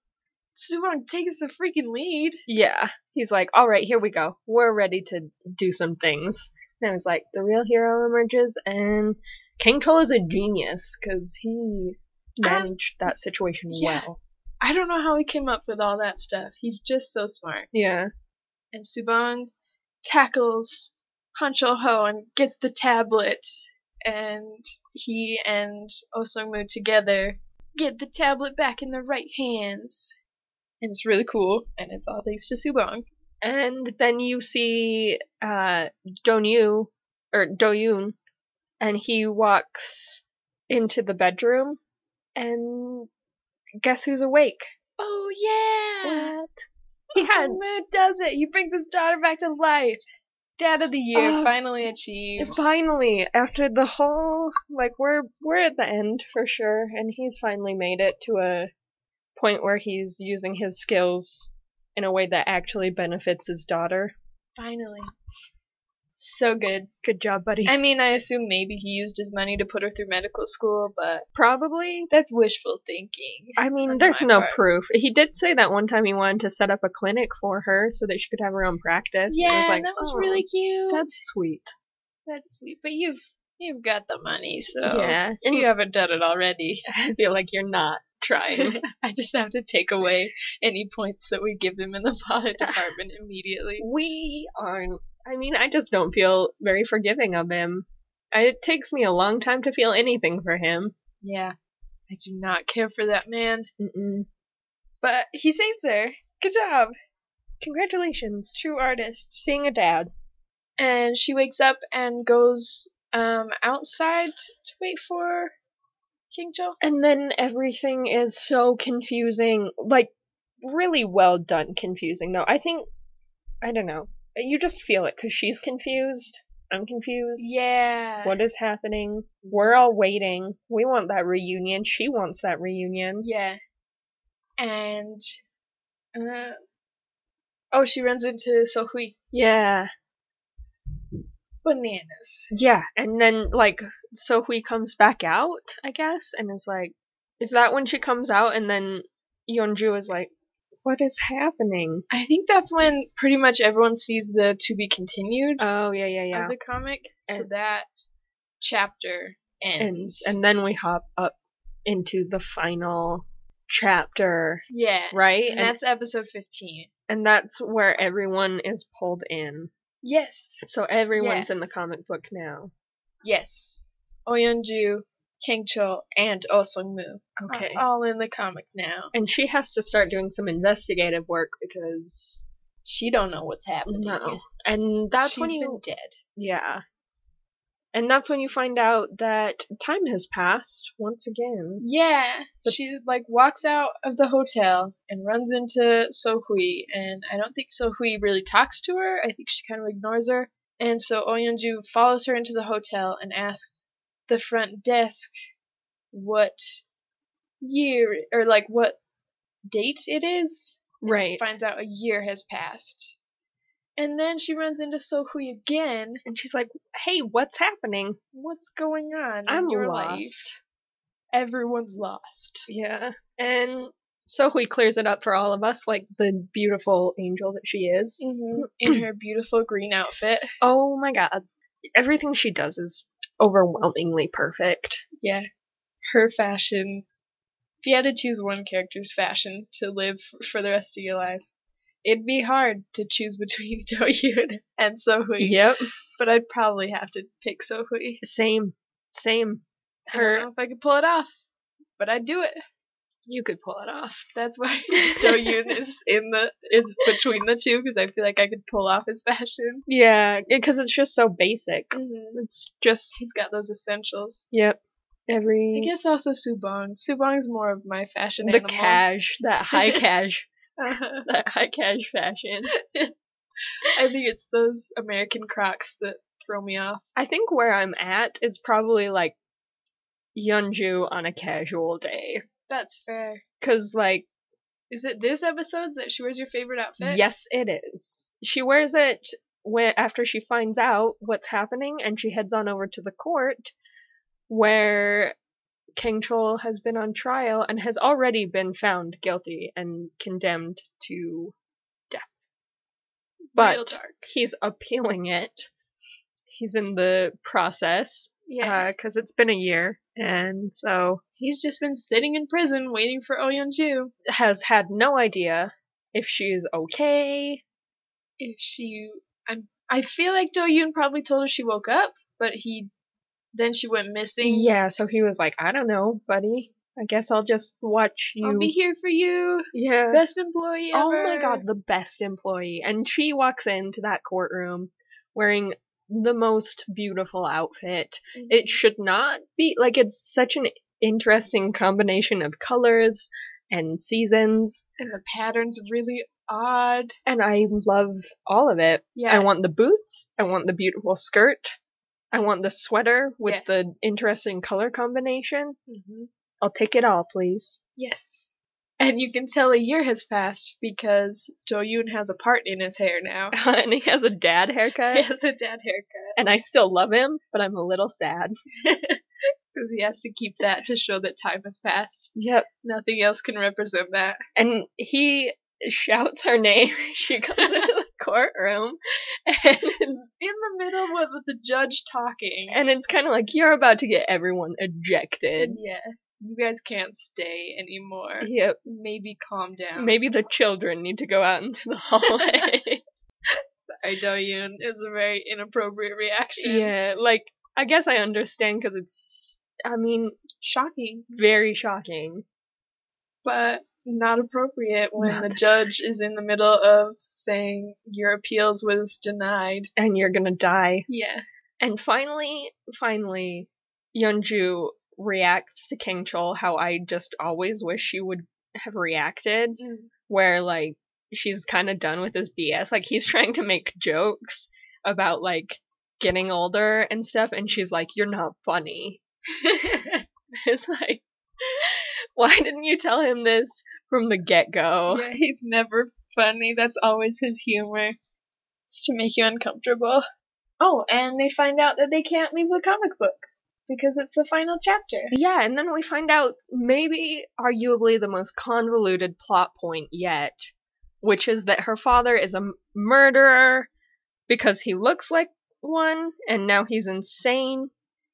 A: Subang takes the freaking lead.
B: Yeah, he's like, all right, here we go. We're ready to do some things. And I was like, the real hero emerges, and King Troll is a genius because he managed that situation
A: yeah.
B: well.
A: I don't know how he came up with all that stuff. He's just so smart.
B: Yeah.
A: And Subang tackles Hancho Ho and gets the tablet. And he and Osungmu together get the tablet back in their right hands. And it's really cool. And it's all thanks to Subang.
B: And then you see uh Donyu or Doyun and he walks into the bedroom and guess who's awake?
A: Oh, yeah!
B: What?
A: [LAUGHS] He
B: He had
A: does it. He brings his daughter back to life. Dad of the year
B: Oh,
A: finally achieved.
B: finally after the whole like we're we're at the end for sure and he's finally made it to a point where he's using his skills in a way that actually benefits his daughter.
A: Finally. So good.
B: Good job, buddy.
A: I mean, I assume maybe he used his money to put her through medical school, but
B: probably
A: that's wishful thinking.
B: I mean,
A: on
B: there's
A: my
B: no
A: part.
B: proof. He did say that one time he wanted to set up a clinic for her so that she could have her own practice. and I
A: Yeah, that was
B: "Oh,
A: really cute. That's,
B: That's sweet.
A: sweet. But you've you've got the money, so
B: Yeah,
A: if
B: and
A: you haven't done it already.
B: [LAUGHS] I feel like you're not trying. [LAUGHS]
A: I just have to take away any points that we give him in the pod [LAUGHS] department immediately.
B: we aren't. I mean, I just don't feel very forgiving of him. I, it takes me a long time to feel anything for him.
A: Yeah, I do not care for that man.
B: Mm-mm.
A: But he saves her. Good job,
B: Congratulations,
A: true artist.
B: being a dad.
A: and she wakes up and goes um outside to wait for King Joe.
B: And then everything is so confusing. Like, really well done confusing, though. I think, I don't know. You just feel it because she's confused. I'm confused.
A: Yeah.
B: What is happening? We're all waiting. We want that reunion. She wants that reunion.
A: Yeah. And uh oh, she runs into Sohui.
B: Yeah.
A: Bananas.
B: Yeah. And then, like, Sohui comes back out, I guess, and is like, is that when she comes out? And then Yeonju is like, what is happening?
A: I think that's when pretty much everyone sees the to be continued
B: Oh, yeah, yeah, yeah.
A: of the comic. so
B: And-
A: that chapter
B: and
A: ends.
B: and then we hop up into the final chapter
A: yeah.
B: right
A: And that's episode 15.
B: and that's where everyone is pulled in
A: Yes.
B: so everyone's in the comic book now
A: Yes. Oyonju, King Cho, and Oh Sung Mu. are
B: okay
A: all in the comic now.
B: and she has to start doing some investigative work because
A: She don't know what's happening.
B: no and that's
A: She's
B: when
A: been
B: you
A: dead.
B: yeah and that's when you find out that time has passed once again
A: Yeah,
B: But-
A: she like walks out of the hotel and runs into Sohui, and I don't think Sohui really talks to her. I think she kind of ignores her, and so Oyunju follows her into the hotel and asks the front desk what year or like what date it is
B: right
A: finds out a year has passed. And then she runs into Sohui again.
B: and she's like hey what's happening
A: What's going on
B: i'm
A: in your
B: lost
A: life? Everyone's lost.
B: Yeah. And Sohui clears it up for all of us, like the beautiful angel that she is.
A: [CLEARS THROAT] In her beautiful green outfit.
B: Oh my god. Everything she does is overwhelmingly perfect.
A: Yeah. Her fashion. If you had to choose one character's fashion to live f- for the rest of your life, it'd be hard to choose between [LAUGHS] Doyun and Sohui.
B: Yep.
A: But I'd probably have to pick Sohui.
B: Same. Same.
A: I don't
B: Her
A: know if I could pull it off, but I'd do it.
B: You could pull it off. [LAUGHS]
A: That's why [LAUGHS] So Yoon is in the is between the two because I feel like I could pull off his fashion.
B: Yeah, because it's just so basic.
A: Mm-hmm.
B: It's just
A: He's got those essentials.
B: yep.
A: I
B: Every
A: guess also Subong. Subong's more of my fashion
B: the
A: animal. [LAUGHS]
B: cash, that high cash,
A: Uh-huh.
B: that high cash fashion.
A: I think it's those American Crocs that throw me off.
B: I think where I'm at is probably like Yeonju on a casual day,
A: That's fair.
B: cause like
A: Is it this episode that she wears your favorite outfit?
B: Yes, it is. She wears it when after she finds out what's happening, and she heads on over to the court where King Chol has been on trial and has already been found guilty and condemned to death.
A: Real
B: But
A: dark.
B: he's appealing it. He's in the process
A: Yeah.
B: because it's been a year, and so
A: uh, He's just been sitting in prison waiting for Oh Young Ju.
B: has had no idea if she's okay.
A: If she, I'm, I feel like Do Yoon probably told her she woke up, but he, then she went missing.
B: Yeah, so he was like, I don't know, buddy. I guess I'll just watch you.
A: I'll be here for you,
B: yeah.
A: best employee ever.
B: oh my god, the best employee. And she walks into that courtroom wearing the most beautiful outfit.
A: Mhm.
B: It should not be like it's such an interesting combination of colors and seasons,
A: and the pattern's really odd.
B: and I love all of it.
A: Yeah,
B: I want the boots, I want the beautiful skirt, I want the sweater with
A: Yeah.
B: the interesting color combination.
A: Mhm.
B: I'll take it all, please.
A: Yes. And you can tell a year has passed because Do Yoon has a part in his hair now. [LAUGHS]
B: [LAUGHS] and he has a dad
A: He
B: [LAUGHS] haircut,
A: has a dad haircut [LAUGHS]
B: and I still love him, but I'm a little sad.
A: because he has to keep that to show that time has passed.
B: Yep.
A: Nothing else can represent that.
B: And he shouts her name. [LAUGHS] she comes into [LAUGHS] the courtroom, and it's,
A: In the middle with the judge talking.
B: and it's kind of like you're about to get everyone ejected.
A: yeah, you guys can't stay anymore.
B: Yep.
A: Maybe calm down.
B: Maybe the children need to go out into the hallway.
A: Sorry, Do Yoon is a very inappropriate reaction.
B: [LAUGHS] yeah. Like I guess I understand because it's. I mean,
A: Shocking,
B: very shocking.
A: but not appropriate when
B: Not
A: the judge is in the middle of saying your appeals was denied.
B: And you're gonna die.
A: Yeah.
B: And finally, finally, Yeonju reacts to King Chol how I just always wish she would have reacted,
A: Mm.
B: where like she's kind of done with his BS. Like he's [LAUGHS] trying to make jokes about like getting older and stuff, and she's like, "You're not funny." [LAUGHS] It's like, [LAUGHS] why didn't you tell him this from the get go?
A: Yeah, he's never funny. That's always his humor. It's to make you uncomfortable. Oh, and they find out that they can't leave the comic book because it's the final chapter.
B: Yeah, and then we find out maybe arguably the most convoluted plot point yet, which is that her father is a m- murderer because he looks like one and now he's insane.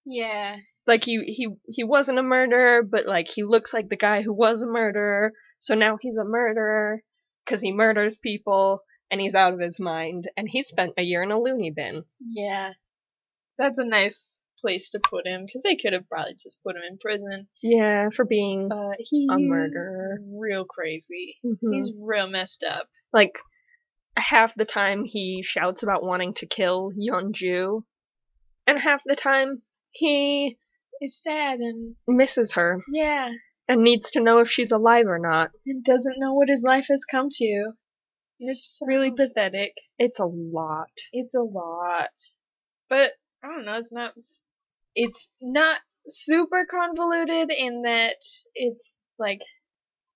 A: Yeah.
B: Like he he he wasn't a murderer, but like he looks like the guy who was a murderer, so now he's a murderer cuz he murders people and he's out of his mind and he spent a year in a loony bin.
A: Yeah. That's a nice place to put him because they could have probably just put him in prison.
B: Yeah, for being
A: But he's
B: a murderer.
A: real crazy.
B: Mhm.
A: He's real messed up.
B: like half the time he shouts about wanting to kill Yeonju, and half the time he
A: He's sad and
B: misses her
A: yeah,
B: and needs to know if she's alive or not.
A: and doesn't know what his life has come to. And It's really pathetic.
B: It's a lot.
A: It's a lot, but I don't know. It's not. It's not super convoluted in that it's like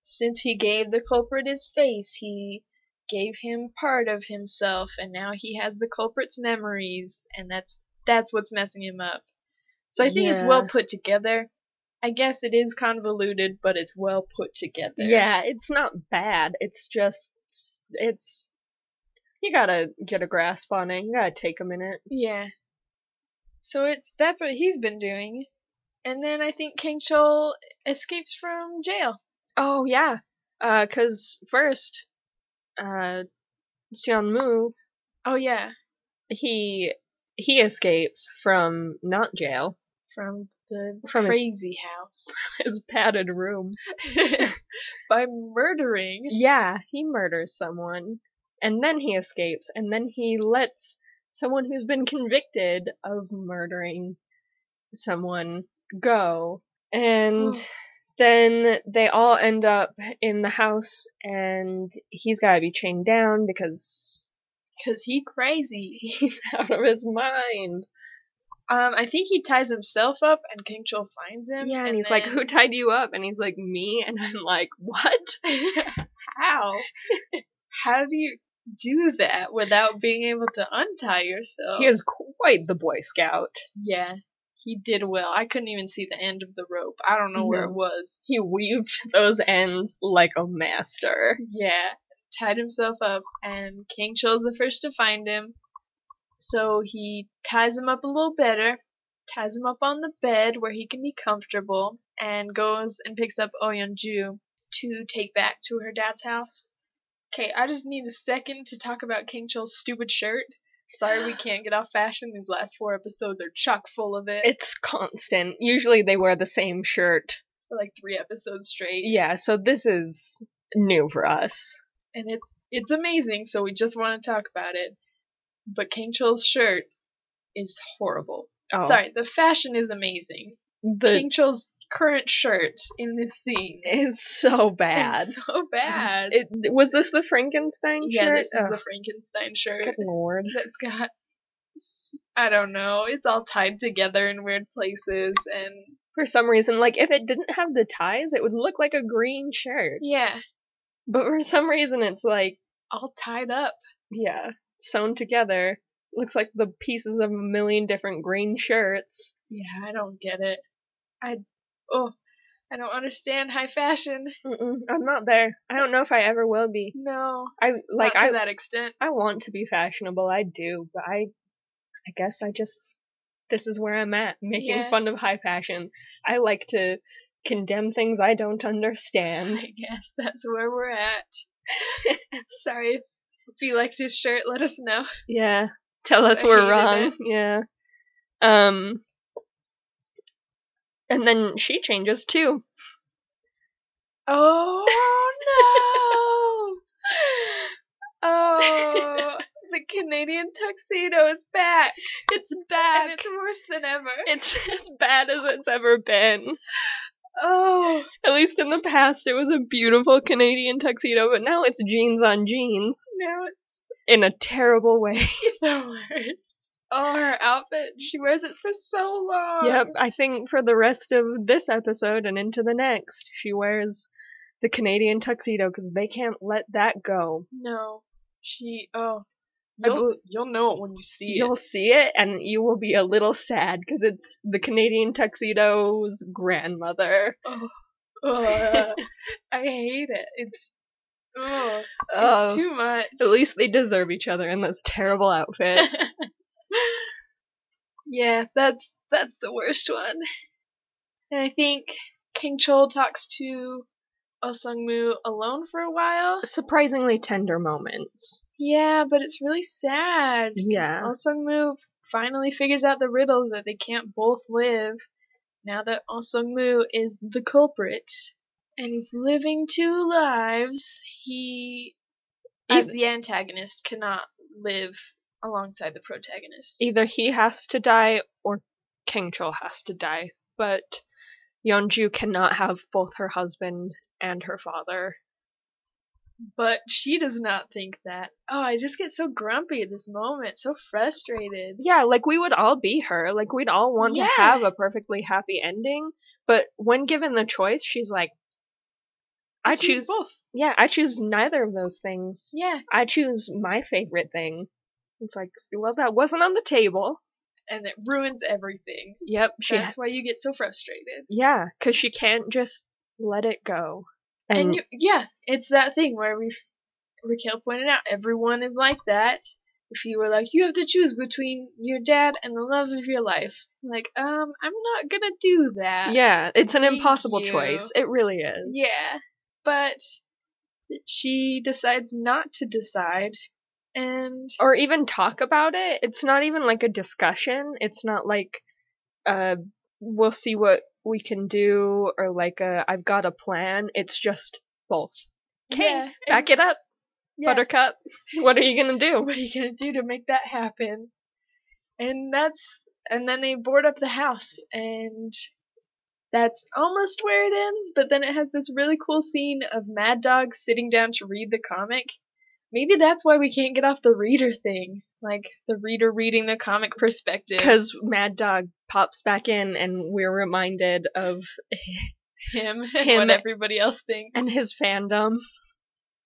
A: since he gave the culprit his face, he gave him part of himself, and now he has the culprit's memories, and that's that's what's messing him up. So I think it's well
B: Yeah.
A: put together. I guess it is convoluted, but it's well put together.
B: Yeah, it's not bad. It's just it's you gotta get a grasp on it. You gotta take a minute.
A: Yeah. So it's that's what he's been doing. And then I think King Chol escapes from jail.
B: Oh yeah, Uh 'cause first, uh, Mu
A: Oh yeah,
B: he he escapes from not jail [LAUGHS]
A: from the
B: From his-
A: crazy house [LAUGHS]
B: his padded room.
A: by murdering.
B: Yeah, he murders someone, and then he escapes, and then he lets someone who's been convicted of murdering someone go. And then they all end up in the house, and he's gotta be chained down because [LAUGHS]
A: Because he crazy.
B: he's out of his mind.
A: Um, I think he ties himself up, and King Chul finds him.
B: Yeah, and he's like,
A: then-
B: Who tied you up? And he's like, Me. And I'm like, What? [LAUGHS]
A: how? how do you do that without being able to untie yourself?
B: He is quite the Boy Scout.
A: yeah, he did well. I couldn't even see the end of the rope. I don't know where it
B: No.
A: was.
B: He weaved those ends like a master.
A: Yeah, tied himself up, and King Chul's the first to find him. So he ties him up a little better, ties him up on the bed where he can be comfortable, and goes and picks up Oh Ju to take back to her dad's house. Okay, I just need a second to talk about King Chul's stupid shirt. Sorry we can't get off fashion. These last four episodes are chock full of it.
B: It's constant. Usually they wear the same shirt.
A: For like three episodes straight.
B: Yeah, so this is new for us.
A: and it's it's amazing. So we just want to talk about it. But King Chul's shirt is horrible.
B: Oh,
A: Sorry, the fashion is amazing.
B: The
A: King Chul's current shirt in this scene is
B: is so bad.
A: so bad.
B: It was this the Frankenstein
A: yeah,
B: shirt?
A: this is
B: Ugh,
A: the Frankenstein shirt
B: good lord.
A: that's got s- I don't know. It's all tied together in weird places, and
B: For some reason, like if it didn't have the ties, it would look like a green shirt.
A: yeah,
B: But for some reason, it's like
A: all tied up.
B: yeah, sewn together. Looks like the pieces of a million different green shirts.
A: Yeah, I don't get it. I oh, I don't understand high fashion.
B: Mm-mm, I'm not there. I don't know if I ever will be.
A: No,
B: I like
A: not to
B: I
A: that extent.
B: I want to be fashionable. I do, but I I guess I just this is where I'm at, making
A: Yeah.
B: fun of high fashion. I like to condemn things I don't understand.
A: [LAUGHS] I guess that's where we're at. [LAUGHS] Sorry if if you liked his shirt, let us know. [LAUGHS]
B: Yeah. Tell us
A: I
B: we're
A: hated
B: wrong.
A: it.
B: Yeah. Um and then she changes too.
A: Oh no! oh, the Canadian tuxedo is back,
B: [LAUGHS] It's
A: and
B: back.
A: it's worse than ever.
B: It's [LAUGHS] as bad as it's ever been.
A: Oh,
B: At least in the past it was a beautiful Canadian tuxedo, but now it's jeans on jeans
A: now it's
B: in a
A: [LAUGHS]
B: terrible way.
A: the worst. Oh, her outfit. She wears it for so long.
B: Yep, I think for the rest of this episode and into the next, she wears the Canadian tuxedo because they can't let that go.
A: No, she. Oh,
B: I
A: you'll
B: bel-
A: you'll know it when you see [LAUGHS]
B: You'll see it and you will be a little sad because it's the Canadian tuxedo's grandmother.
A: it. Ugh, I hate it. It's. Oh, it's
B: Oh,
A: too much.
B: at least they deserve each other in those
A: [LAUGHS]
B: terrible outfits. [LAUGHS]
A: yeah, that's that's the worst one. And I think King Chol talks to Oh Sung Mu alone for a while.
B: Surprisingly tender moments.
A: Yeah, but it's really sad. 'cause
B: Yeah.
A: Oh Sung Mu finally figures out the riddle that they can't both live now that Oh Sung Mu is the culprit and he's living two lives. He, as
B: Eith-
A: the antagonist, cannot live alongside the protagonist.
B: Either he has to die or King Chul has to die, but Yeonju cannot have both her husband and her father.
A: But she does not think that. Oh, I just get so grumpy at this moment, so frustrated.
B: yeah, like we would all be her. Like we'd all want
A: Yeah.
B: to have a perfectly happy ending. But when given the choice, she's like, I
A: She's
B: choose.
A: both.
B: Yeah, I choose neither of those things.
A: Yeah.
B: I choose my favorite thing. It's like, well, that wasn't on the table.
A: And it ruins everything.
B: Yep, she.
A: That's why you get so frustrated.
B: yeah, because she can't just let it go.
A: And, you, yeah, it's that thing where we, Raquel pointed out, everyone is like that. If you were like, you have to choose between your dad and the love of your life, like, um, I'm not gonna do that.
B: yeah, it's an
A: Thank
B: impossible
A: you.
B: choice. It really is.
A: Yeah, but she decides not to decide, and
B: or even talk about it. It's not even like a discussion. It's not like uh we'll see what we can do or like a I've got a plan. It's just both. Okay,
A: Yeah,
B: back it up,
A: Yeah.
B: Buttercup. What are you gonna do?
A: what are you gonna do to make that happen? And that's and then they board up the house and that's almost where it ends, but then it has this really cool scene of Mad Dog sitting down to read the comic. Maybe that's why we can't get off the reader thing. Like the reader reading the comic perspective.
B: Because Mad Dog pops back in, and we're reminded of
A: him [LAUGHS] and
B: him-
A: what everybody else thinks.
B: and his fandom.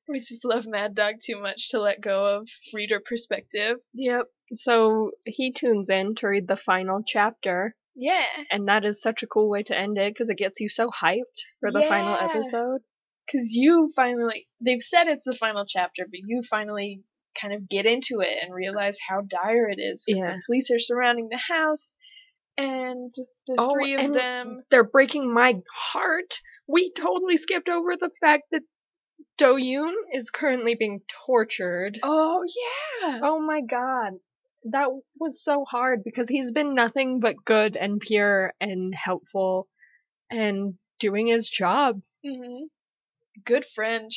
A: we just love Mad Dog too much to let go of reader perspective.
B: Yep. So he tunes in to read the final chapter,
A: Yeah.
B: and that is such a cool way to end it because it gets you so hyped for the final
A: Yeah.
B: episode.
A: because you finally they've said it's the final chapter but you finally kind of get into it and realize how dire it is 'cause
B: Yeah.
A: the police are surrounding the house and the
B: Oh,
A: three of
B: and
A: them
B: They're breaking my heart. We totally skipped over the fact that Do Yoon is currently being tortured.
A: oh yeah
B: Oh my god. That was so hard because he's been nothing but good and pure and helpful and doing his job.
A: hmm good friend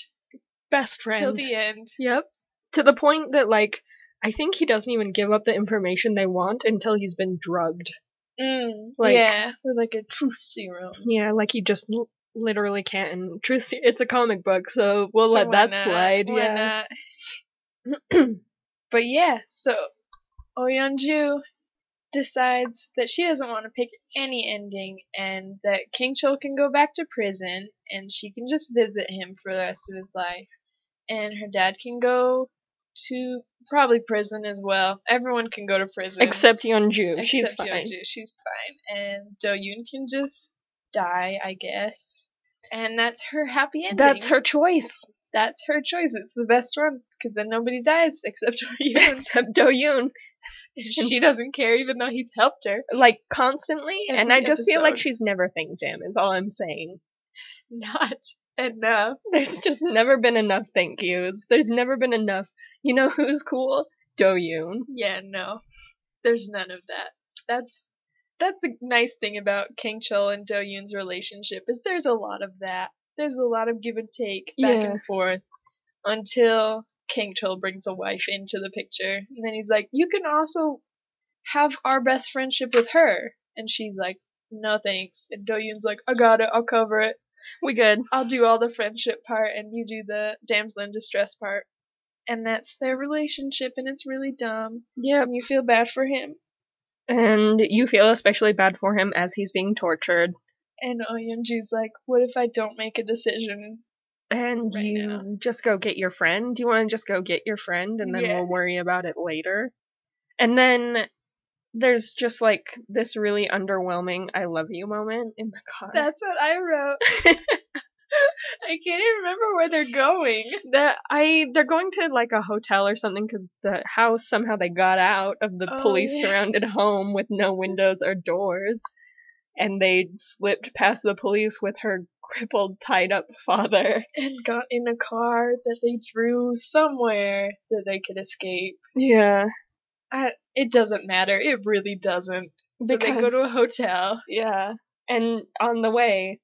B: Best
A: till
B: friend.
A: the end
B: Yep. To the point that, like, I think he doesn't even give up the information they want until he's been drugged.
A: mm,
B: Like-
A: yeah with like a truth serum
B: Yeah, like he just l- literally can't. And truth, it's a comic book, so we'll
A: So
B: let
A: why
B: that
A: not?
B: slide.
A: Why
B: yeah.
A: not? [CLEARS THROAT] but yeah, so Oh Yeonju decides that she doesn't want to pick any ending and that King Chul can go back to prison and she can just visit him for the rest of his life. And her dad can go to probably prison as well. Everyone can go to prison.
B: Except Yeonju, she's
A: except
B: fine.
A: Yeonju. She's fine. And Do Yoon can just die, I guess. And that's her happy ending
B: That's her choice. [LAUGHS]
A: that's her choice. It's the best one because then nobody dies except [LAUGHS] for you.
B: Except Do Yoon.
A: And she doesn't care, even though he's helped her.
B: like constantly and i
A: Every
B: just feel like
A: episode.
B: she's never thanked him is all i'm saying [LAUGHS]
A: Not enough.
B: there's just never been enough thank yous there's never been enough you know who's cool doyoon
A: Yeah, no. There's none of that. That's that's a nice thing about Kang Chul and Do Yoon's relationship is there's a lot of that. There's a lot of give and take back
B: Yeah.
A: and forth until Kang Chul brings a wife into the picture, and then he's like, "You can also have our best friendship with her," and she's like, "No thanks." And Do Yoon's like, "I got it. I'll cover it.
B: we good
A: I'll do all the friendship part, and you do the damsel in distress part." And that's their relationship, and it's really dumb.
B: yep
A: And um, you feel bad for him.
B: and you feel especially bad for him as he's being tortured
A: And Oh Yeonju's like, what if I don't make a decision?
B: and
A: Right
B: you
A: now.
B: just go get your friend you want to just go get your friend and then
A: Yeah.
B: we'll worry about it later and then there's just like this really underwhelming i love you moment in the car
A: That's what I wrote. [LAUGHS] I can't even remember where they're going.
B: that I they're going to like a hotel or something because the house somehow they got out of the
A: Oh,
B: police
A: yeah.
B: surrounded home with no windows or doors, and they slipped past the police with her crippled, tied up father.
A: And got in a car that they drew somewhere that they could escape.
B: Yeah,
A: It doesn't matter. It really doesn't. So they go
B: Because-
A: to a hotel.
B: yeah, and on the way.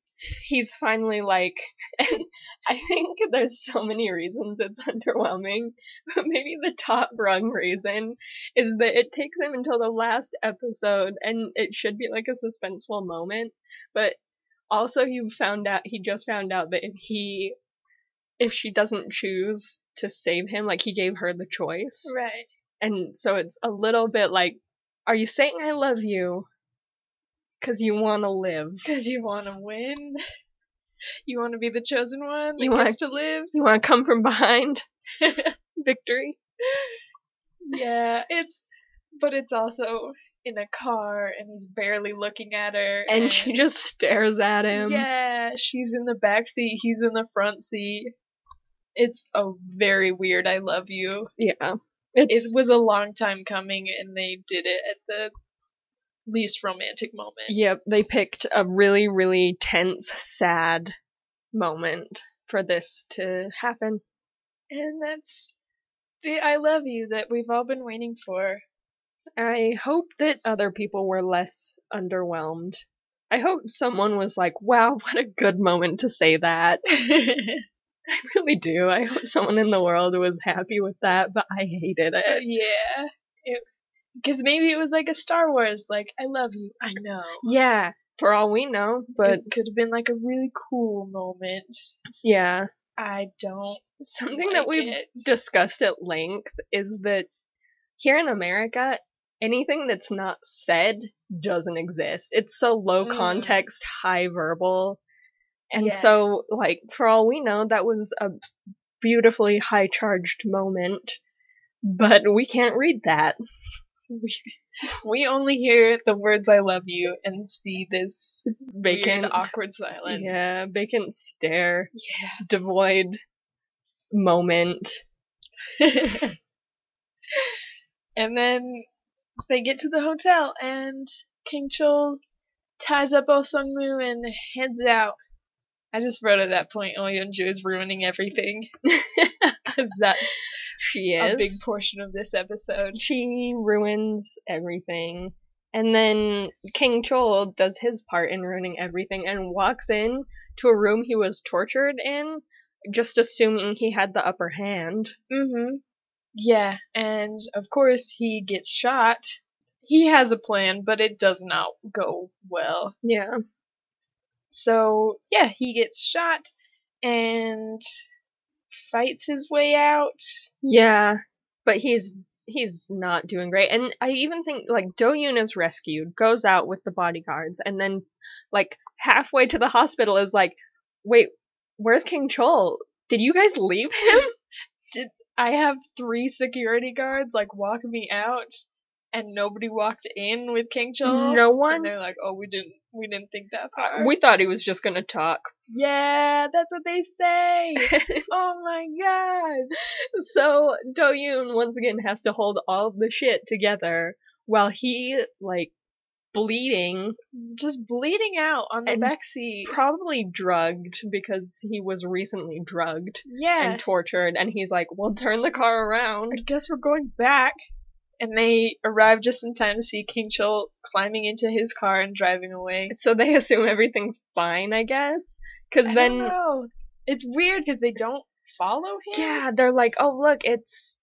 B: He's finally like, [LAUGHS] and I think there's so many reasons it's underwhelming, but maybe the top rung reason is that it takes them until the last episode and it should be like a suspenseful moment but also you found out he just found out that if he if she doesn't choose to save him like he gave her the choice
A: Right.
B: and so it's a little bit like are you saying i love you because you want to live [LAUGHS]
A: Because you want to win. You want to be the chosen one that
B: You wanna-
A: gets to live.
B: you want to come from behind victory
A: Yeah, it's. But it's also in a car and he's barely looking at her.
B: and she just stares at him
A: Yeah, she's in the back seat, he's in the front seat. It's a very weird I love you.
B: yeah
A: It
B: it's
A: was a long time coming and they did it at the least romantic moment.
B: Yep, they picked a really, really tense, sad moment for this to happen.
A: And that's the I love you that we've all been waiting for.
B: I hope that other people were less underwhelmed I hope someone was like, wow, [LAUGHS] what a good moment to say that. I really do. I hope someone in the world was happy with that, but I hated
A: Uh,
B: it.
A: yeah. Because maybe it was like a Star Wars, like, I love you, I know.
B: Yeah, for all we know, but
A: it could have been like a really cool moment.
B: yeah.
A: I don't.
B: Something
A: like
B: that we've
A: it.
B: discussed at length is that here in America, anything that's not said doesn't exist. It's so low
A: Mm.
B: context, high verbal. And
A: Yeah.
B: so, like, for all we know, that was a beautifully high charged moment, but we can't read that.
A: We, we only hear the words "I love you" and see this
B: Vacant,
A: weird, awkward silence.
B: yeah, vacant stare,
A: Yeah.
B: devoid moment.
A: [LAUGHS] and then they get to the hotel, and King Chul ties up Oh Sung Mu and heads out. I just wrote at that point, Oh Yeonju is ruining everything [LAUGHS] because that's
B: She is
A: a big portion of this episode.
B: she ruins everything. And then King Chol does his part in ruining everything and walks in to a room he was tortured in, just assuming he had the upper hand.
A: Mm-hmm. Yeah, and of course he gets shot. He has a plan, but it does not go well.
B: Yeah.
A: So yeah, he gets shot and fights his way out.
B: Yeah. But he's he's not doing great. And I even think like Do Yoon is rescued, goes out with the bodyguards, and then like halfway to the hospital is like, Wait, where's King Chol? Did you guys leave him?
A: I have three security guards like walk me out, and nobody walked in with King Chul.
B: No one Uh,
A: And they're like, "Oh, we didn't, we didn't think that far."
B: We thought he was just gonna talk.
A: yeah, that's what they
B: [LAUGHS]
A: say. oh my god.
B: so Do Yoon once again has to hold all of the shit together while he like bleeding,
A: just bleeding out on the
B: And
A: back seat.
B: probably drugged because he was recently drugged
A: yeah,
B: and tortured, and he's like, "Well, turn the car
A: I
B: around."
A: guess we're going back. And they arrive just in time to see King Chul climbing into his car and driving away.
B: So they assume everything's fine, I guess, because
A: I
B: then
A: don't know. it's weird because they don't follow him.
B: yeah, they're like, "Oh, look, it's."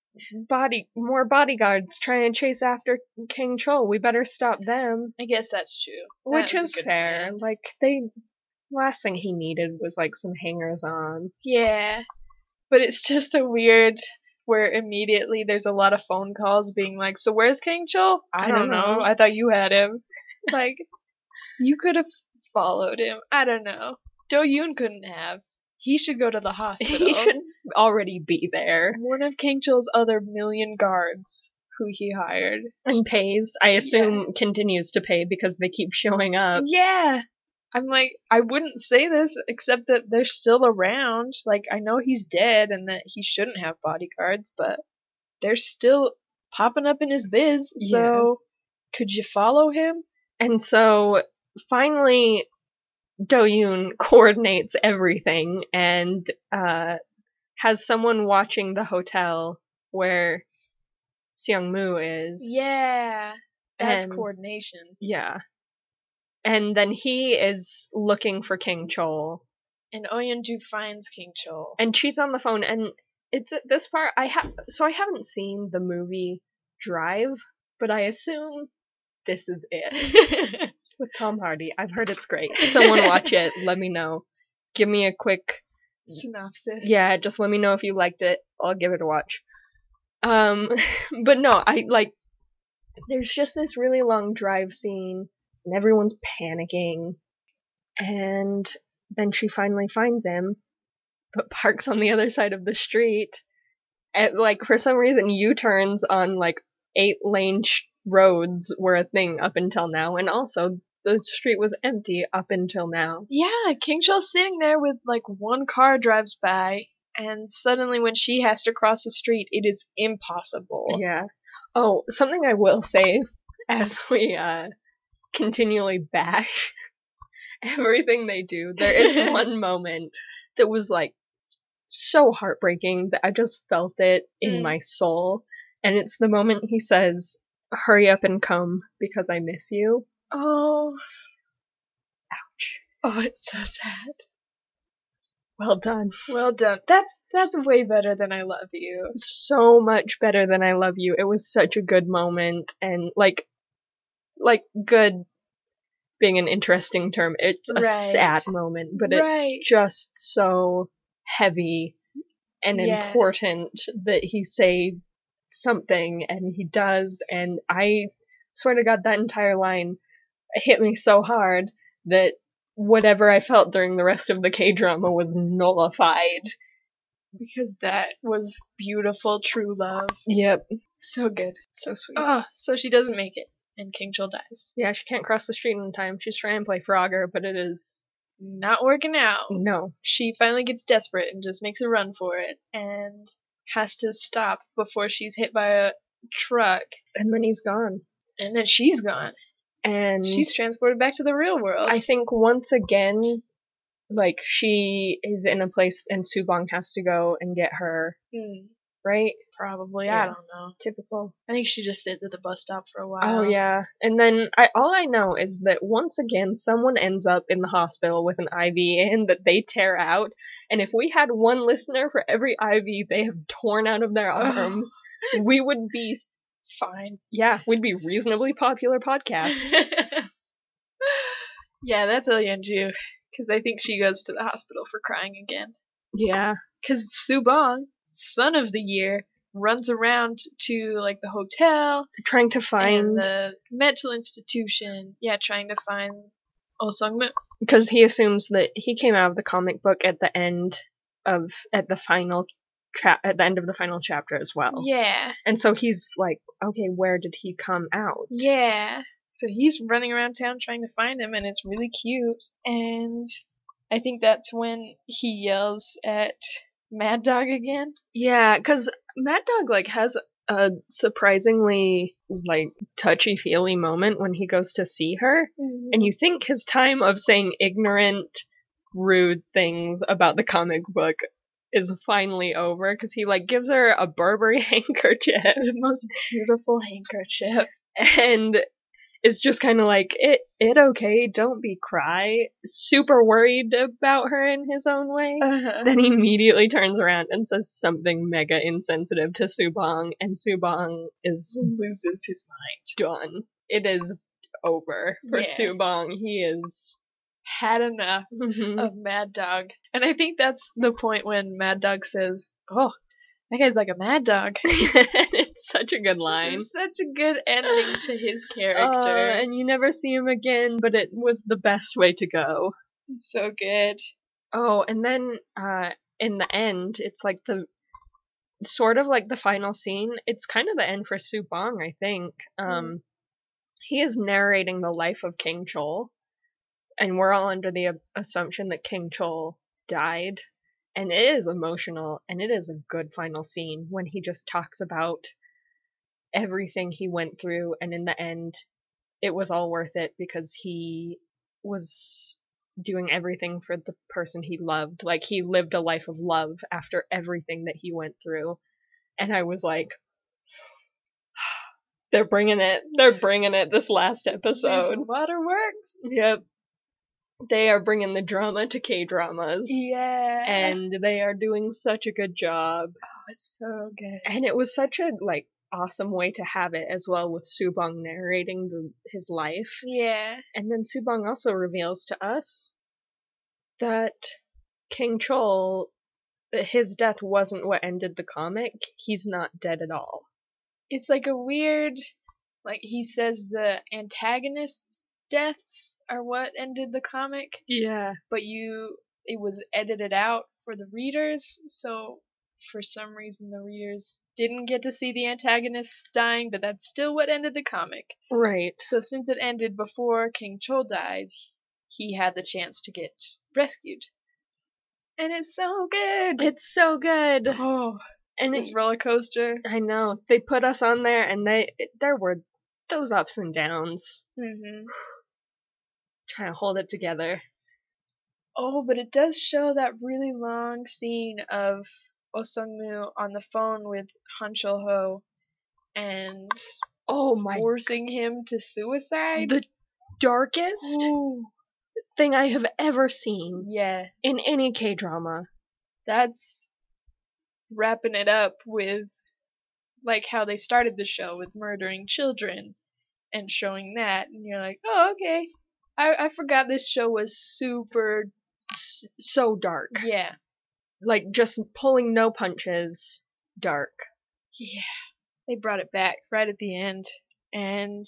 B: Body more bodyguards trying to chase after King Chol. We better stop them.
A: I guess that's true. That
B: Which
A: was a
B: is
A: good
B: fair.
A: plan.
B: Like they last thing he needed was like some
A: [LAUGHS]
B: hangers on.
A: Yeah, but it's just a weird where immediately there's a lot of phone calls being like, "So where's King Chul? I, don't, know. I thought you had [LAUGHS] him. like, you could have followed him. I don't know. Do Yoon couldn't have. [LAUGHS] He should go to the hospital.
B: he should already be there.
A: One of King Chul's other million guards who he hired.
B: And pays, I assume continues to pay because they keep showing up.
A: yeah. I'm like, I wouldn't say this except that they're still around. Like, I know he's dead and that he shouldn't have bodyguards, but they're still popping up in his biz. So, could you follow him?
B: And so finally Do Yoon coordinates everything and uh has someone watching the hotel where Seung Mu is.
A: Yeah. That's
B: And-
A: coordination.
B: Yeah. And then he is looking for King Chol.
A: And Oyunju finds King Chol.
B: and cheats on the phone and it's at this part i have so i haven't seen the movie drive but i assume this is it
A: [LAUGHS]
B: with tom hardy i've heard it's great someone watch it let me know give me a quick
A: Synopsis.
B: yeah just let me know if you liked it i'll give it a watch um [LAUGHS] but no i like there's just this really long drive scene and everyone's panicking and then she finally finds him but [LAUGHS] parks on the other side of the street and like for some reason u-turns on like eight lane sh- roads were a thing up until now and also the street was empty up until now
A: Yeah, King Chul's sitting there with like one car drives by, and suddenly when she has to cross the street, it is impossible.
B: Yeah. Oh, something I will say [LAUGHS] as we uh, continually bash [LAUGHS] everything they do, there is one moment that was like so heartbreaking that I just felt it in
A: Mm.
B: my soul. And it's the moment he says, Hurry up and come because I miss you.
A: Oh,
B: Ouch. Oh, it's so sad. Well done.
A: Well done. That's that's way better than I love you.
B: So much better than I love you. It was such a good moment and like like good being an interesting term. It's a
A: Right.
B: sad moment, but
A: Right.
B: it's just so heavy and
A: Yeah.
B: important that he say something and he does and I swear to god that entire line hit me so hard that whatever I felt during the rest of the K drama was nullified.
A: Because that was beautiful true love.
B: Yep.
A: So good.
B: So sweet.
A: Oh, so she doesn't make it and King Chul dies.
B: yeah, she can't cross the street in time. She's trying to play Frogger, but it is
A: Not working out.
B: no.
A: She finally gets desperate and just makes a run for it and has to stop before she's hit by a truck
B: And then he's gone.
A: and then she's gone.
B: And
A: She's transported back to the real world.
B: I think once again, like she is in a place, and Subong has to go and get her.
A: Mm,
B: Right?
A: probably. I
B: Yeah.
A: don't know.
B: Typical.
A: I think she just sits at the bus stop for a while.
B: Oh yeah. And then I all I know is that once again someone ends up in the hospital with an IV in that they tear out. And if we had one listener for every IV they have torn out of their
A: Ugh.
B: arms, we would be s-
A: Fine.
B: yeah, we'd be
A: [LAUGHS]
B: reasonably popular podcast.
A: yeah, that's Elianju. Because I think she goes to the hospital for crying again.
B: Yeah.
A: Because Subong, son of the year, runs around to like the hotel
B: Trying to
A: and
B: find
A: the mental institution. Yeah, trying to find Oh Sung Mu.
B: because he assumes that he came out of the comic book at the end of at the final chap at the end of the final chapter as well.
A: Yeah,
B: And so he's like, okay, where did he come out?
A: yeah. So he's running around town trying to find him, and it's really cute. And I think that's when he yells at Mad Dog again.
B: Yeah, because Mad Dog like has a surprisingly like touchy feely moment when he goes to see her, and you think his time of saying ignorant, rude things about the comic book is finally over because he like gives her a Burberry [LAUGHS] handkerchief
A: the most beautiful handkerchief.
B: and it's just kind of like it it okay don't be cry super worried about her in his own way
A: Uh-huh.
B: [LAUGHS] then he immediately turns around and says something mega insensitive to Subong, and Subong is
A: Loses his mind.
B: done. It is over for
A: Yeah.
B: Subong. He is.
A: Had enough of Mad Dog. And I think that's the point when Mad Dog says, Oh, that guy's like a mad dog.
B: [LAUGHS] it's such a good line.
A: It's such a good ending to his
B: Uh,
A: character.
B: and you never see him again, but it was the best way to go.
A: so good.
B: Oh, and then uh, in the end, it's like the sort of like the final scene. It's kind of the end for Su Bong, I think. Um, he is narrating the life of King Chol, and we're all under the a- assumption that King Chol died. And it is emotional, and it is a good final scene when he just talks about everything he went through, and in the end, it was all worth it because he was doing everything for the person he loved. Like he lived a life of love after everything that he went through. And I was like, [SIGHS] they're bringing it. They're bringing it this last
A: These [LAUGHS]
B: episode.
A: waterworks.
B: Yep. They are bringing the drama to K dramas.
A: Yeah.
B: And they are doing such a good job.
A: oh, it's so good.
B: And it was such a like awesome way to have it as well with Subong narrating the, his life.
A: Yeah.
B: And then Subong also reveals to us that King Chol, uh, his death wasn't what ended the comic. He's not dead at all.
A: It's like a weird, like, he says the antagonist's deaths are what ended the comic.
B: Yeah.
A: but you it was edited out for the readers so for some reason the readers didn't get to see the antagonists dying but that's still what ended the comic
B: Right.
A: so since it ended before king chol died he had the chance to get rescued and it's so good [SIGHS]
B: It's so good.
A: oh
B: And
A: this
B: it's,
A: roller coaster
B: I know they put us on there, and they there were those ups and downs.
A: hmm
B: Trying to hold it together.
A: oh but it does show that really long scene of oh sung mu on the phone with han chul ho and
B: Oh my!
A: forcing him to suicide.
B: The darkest,
A: Ooh,
B: thing I have ever seen
A: Yeah,
B: in any K drama.
A: that's wrapping it up with like how they started the show with murdering children and showing that, and you're like, oh okay, I I forgot this show was super [LAUGHS]
B: S- so dark.
A: yeah
B: Like just pulling no punches. Dark.
A: yeah they brought it back right at the end and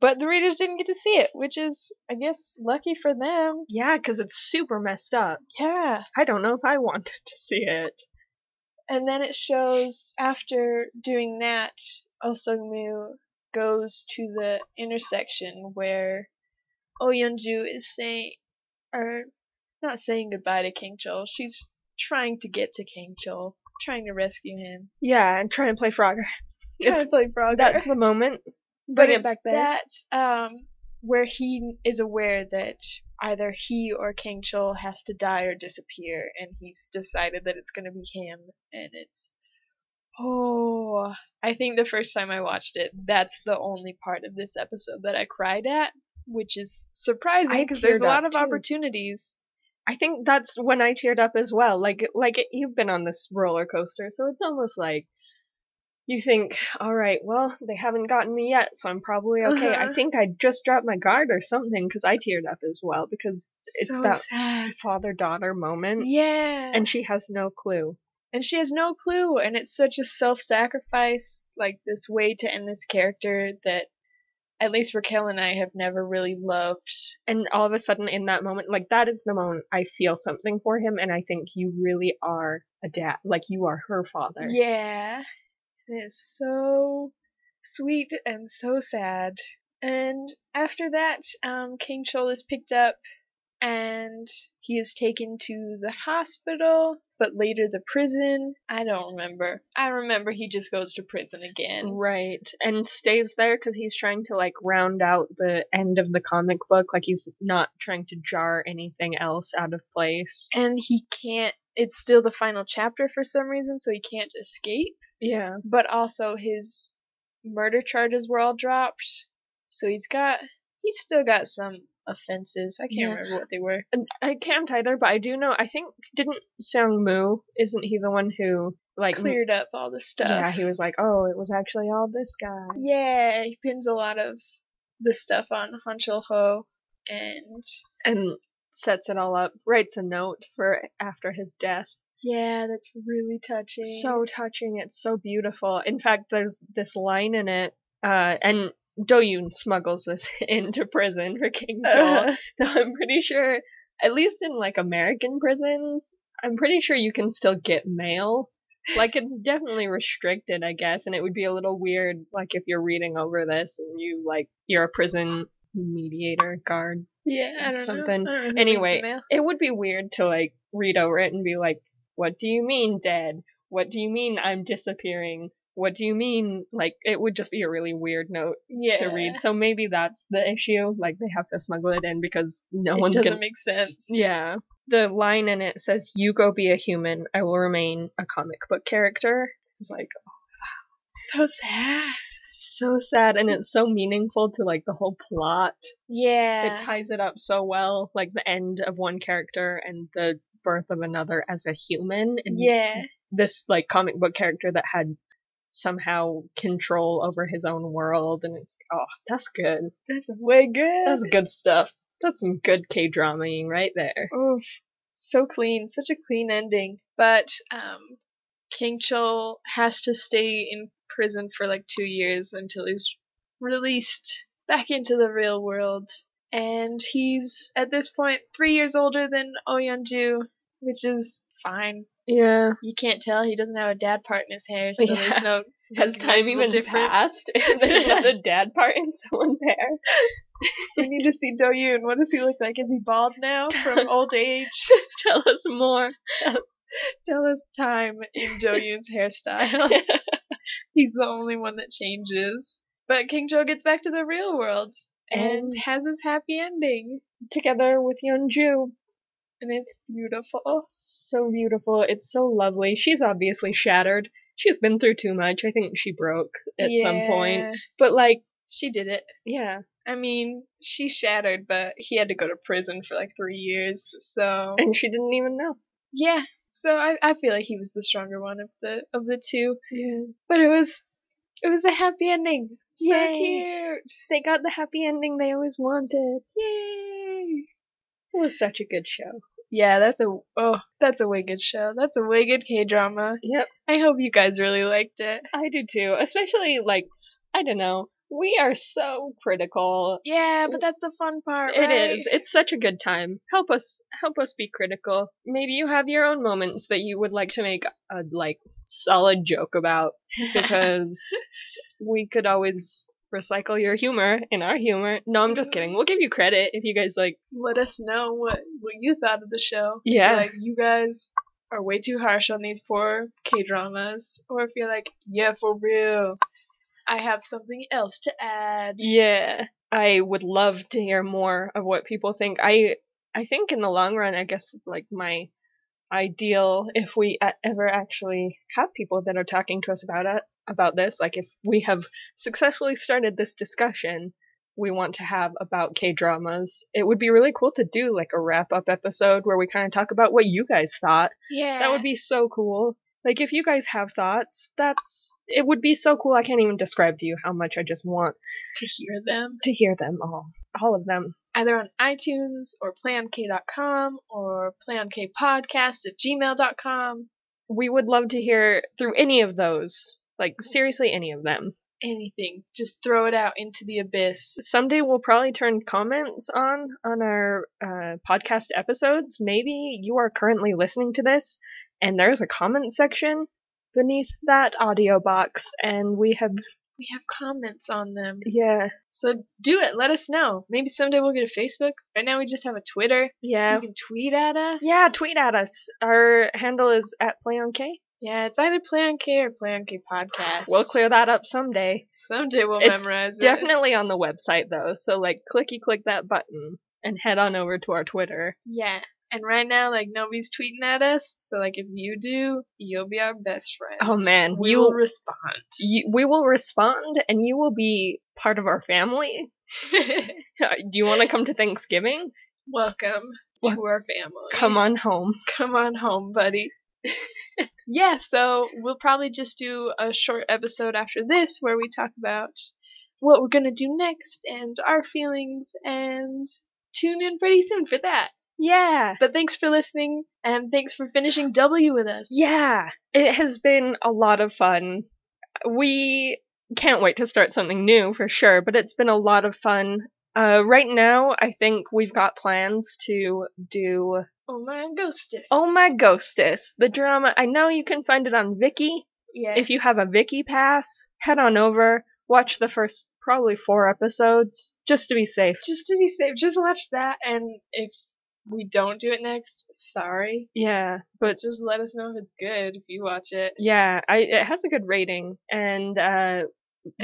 A: but the readers didn't get to see it, which is I guess lucky for them.
B: Yeah, because it's super messed up.
A: Yeah.
B: I don't know if I wanted to see it.
A: And then it shows after doing that, Osungmu goes to the intersection where Oh Yeonju is saying, or not saying goodbye to King Chol. She's trying to get to King Chol, trying to rescue him,
B: Yeah, and try and play Frogger.
A: trying
B: It's-
A: to play Frogger.
B: That's the moment.
A: but
B: bring it
A: it's
B: back there.
A: that um, where he is aware that either he or King Chol has to die or disappear, and he's decided that it's going to be him, and it's oh. I think the first time I watched it, that's the only part of this episode that I cried at, which is surprising
B: I
A: because there's a
B: teared
A: lot
B: up,
A: of
B: too.
A: opportunities.
B: I think that's when I teared up as well. Like like it, you've been on this roller coaster, so it's almost like you think, all right, well, they haven't gotten me yet, so I'm probably okay. I
A: Uh-huh.
B: think I just dropped my guard or something because I teared up as well because it's
A: so
B: that
A: sad.
B: father daughter moment,
A: Yeah.
B: and she has no clue.
A: and she has no clue and it's such a self-sacrifice like this way to end this character that at least raquel and i have never really loved
B: And all of a sudden, in that moment, like that is the moment I feel something for him, and I think you really are a dad, like you are her father.
A: yeah And it's so sweet and so sad and after that um, king chol is picked up and he is taken to the hospital but later the prison i don't remember i remember he just goes to prison again
B: Right. And stays there because he's trying to like round out the end of the comic book. Like he's not trying to jar anything else out of place.
A: and he can't it's still the final chapter for some reason so he can't escape
B: Yeah.
A: but also his murder charges were all dropped so he's got he's still got some offenses i can't
B: Yeah.
A: remember what they were
B: And I can't either, but I do know. I think didn't Seong Mu isn't he the one who like m-
A: cleared up all the stuff
B: Yeah, he was like, oh, it was actually all this guy.
A: yeah he pins a lot of the stuff on hanchel ho and
B: And sets it all up, writes a note for after his death.
A: yeah that's really touching [LAUGHS]
B: so touching. It's so beautiful. In fact, there's this line in it, uh, and Doyun smuggles this [LAUGHS] into prison
A: [LAUGHS]
B: for King Joel.
A: Uh,
B: Now, I'm pretty sure, at least in like American prisons, I'm pretty sure you can still get mail. Like it's definitely restricted, I guess, and it would be a little weird, like if you're reading over this and you like you're a prison mediator guard.
A: yeah i don't
B: something.
A: know, I don't know who reads
B: Anyway,
A: the mail.
B: It would be weird to like read over it and be like, "What do you mean dead? What do you mean I'm disappearing? What do you mean like?" It would just be a really weird note
A: yeah
B: to read. So maybe that's the issue. Like they have to smuggle it in because no
A: it
B: one's
A: doesn't
B: gonna
A: make sense
B: yeah. The line in it says, You go be a human, I will remain a comic book character. It's like "Oh,
A: so sad
B: so sad and it's so meaningful to like the whole plot.
A: yeah
B: It ties it up so well, like the end of one character and the birth of another as a human. And
A: yeah
B: this like comic book character that had somehow control over his own world and it's like, oh, that's good.
A: That's way good.
B: That's good stuff. That's some good K dramaing right there.
A: Oof. So clean. Such a clean ending. But um King Chol has to stay in prison for like two years until he's released back into the real world. And he's at this point three years older than Oh Yeonju, which is fine.
B: Yeah.
A: You can't tell he doesn't have a dad part in his hair, so
B: Yeah.
A: there's no
B: Has time
A: recognizable
B: even
A: difference.
B: passed? [LAUGHS] There's not a dad part in [LAUGHS] someone's hair.
A: We need to see Do Yoon. What does he look like? Is he bald now
B: [LAUGHS]
A: from old age?
B: Tell us more.
A: Tell us time
B: [LAUGHS]
A: in Do Yoon's hairstyle. [LAUGHS] He's the only one that changes. But King Joe gets back to the real world and
B: And-
A: has his happy ending.
B: Together with Yeonju.
A: And it's beautiful.
B: So beautiful. It's so lovely. She's obviously shattered. She's been through too much. I think she broke at some point.
A: Yeah,
B: But like,
A: She did it.
B: yeah.
A: I mean, she shattered, but he had to go to prison for like three years. So
B: and she didn't even know.
A: yeah, so I, I feel like he was the stronger one of the of the two.
B: Yeah.
A: But it was it was a happy ending. So
B: Yay.
A: cute!
B: They got the happy ending they always wanted.
A: Yay!
B: It was such a good show.
A: Yeah, that's a oh, that's a way good show. That's a way good K drama.
B: Yep.
A: I hope you guys really liked it.
B: I do too. Especially like I don't know. We are so critical.
A: Yeah, but that's the fun part.
B: It is. It's such a good time. Help us help us be critical. Maybe you have your own moments that you would like to make a like solid joke [LAUGHS] about
A: [LAUGHS]
B: because we could always recycle your humor in our humor. No, I'm just kidding. We'll give you credit if you guys like
A: Let us know what what you thought of the show.
B: Yeah.
A: like you guys are way too harsh on these poor K dramas, or if you're like, yeah, for real, I have something else to add.
B: Yeah. I would love to hear more of what people think. I I think in the long run, I guess like my ideal if we a- ever actually have people that are talking to us about it about this, like if we have successfully started this discussion we want to have about K-dramas, it would be really cool to do like a wrap-up episode where we kind of talk about what you guys thought
A: yeah,
B: that would be so cool. Like if you guys have thouts, that's it would be so cool. I can't even describe to you how much I just want
A: to hear them
B: to hear them all, all of them.
A: either on iTunes or PlayOnK.com or PlayOnKPodcast at gmail.com.
B: We would love to hear through any of those, like seriously, any of them.
A: Anything, just throw it out into the abyss.
B: Someday we'll probably turn comments on on our uh, podcast episodes. Maybe you are currently listening to this, and there's a comment section beneath that audio box, and we have
A: We have comments on them,
B: yeah
A: so do it. Let us know. Maybe someday we'll get a Facebook. Right now we just have a Twitter. so
B: yeah
A: you can tweet at us.
B: yeah. Tweet at us. Our handle is at play on K.
A: Yeah, it's either Play on K or Play on K podcast.
B: We'll clear that up someday.
A: Someday we'll
B: It's
A: memorize it.
B: definitely on the website though so like clicky click that button and head on over to our twitter
A: Yeah. And right now, like nobody's tweeting at us, so like if you do, you'll be our best friend.
B: oh man
A: we will
B: you,
A: respond. [LAUGHS]
B: you we will respond and you will be part of our family [LAUGHS] Uh, do you want to come to thanksgiving
A: Welcome
B: Wel-
A: to our family.
B: come on home
A: come on home,
B: [LAUGHS]
A: buddy. yeah, so we'll probably just do a short episode after this where we talk about what we're gonna do next and our feelings, and tune in pretty soon for that.
B: yeah
A: But thanks for listening, and thanks for finishing W with us.
B: yeah it has been a lot of fun we can't wait to start something new for sure but it's been a lot of fun uh, right now i think we've got plans to do
A: Oh my ghostess.
B: Oh My Ghostess, the drama. I know you can find it on Viki.
A: Yeah.
B: If you have a Viki pass, head on over, watch the first probably four episodes just to be safe.
A: just to be safe, just watch that, and if we don't do it next, sorry.
B: Yeah, but
A: Just let us know if it's good if you watch it.
B: yeah, I it has a good rating and
A: Yeah.
B: uh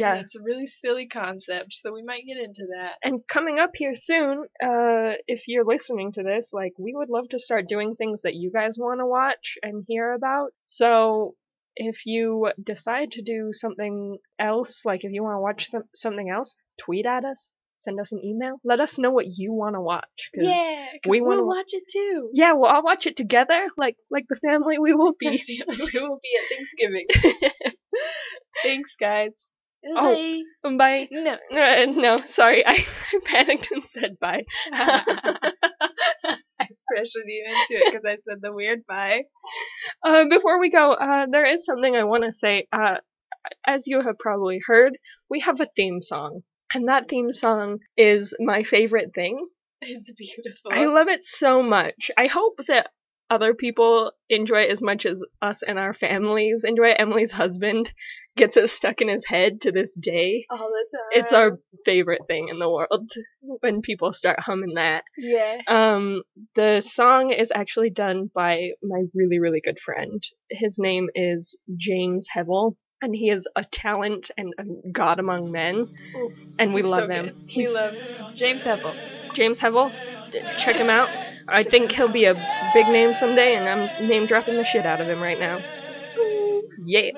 B: yeah.
A: And [LAUGHS] it's a really silly concept, so we might get into that.
B: And coming up here soon, uh if you're listening to this, like we would love to start doing things that you guys want to watch and hear about. So if you decide to do something else, like if you want to watch th- something else, tweet at us, send us an email, let us know what you want to watch. 'cause-
A: Yeah, 'cause
B: we wanna-
A: we'll watch it too. [LAUGHS]
B: yeah, we'll all watch it together, like like the family we will
A: [LAUGHS]
B: be. [LAUGHS]
A: we will be at Thanksgiving. Thanks, guys.
B: Oh.
A: Bye.
B: bye.
A: No.
B: Uh, no, sorry, [LAUGHS] I, I panicked and said bye.
A: [LAUGHS] I pressured you into it because I said the weird bye.
B: Uh, before we go, uh, there is something I want to say. Uh, as you have probably heard, we have a theme song, and that theme song is my favorite thing.
A: It's beautiful.
B: I love it so much. I hope that other people enjoy it as much as us and our families enjoy it. Emily's husband gets it stuck in his head to this day.
A: all the time.
B: It's our favorite thing in the world when people start humming that.
A: yeah.
B: Um, the song is actually done by my really, really good friend. His name is James Hevel, and he is a talent and a god among men.
A: Oof.
B: And we
A: He's
B: love
A: so
B: him.
A: good. We
B: He's-
A: love James Heppel.
B: James Hevel. D- Check him out. I think he'll be a big name someday, and I'm name dropping the shit out of him right now. Yeah.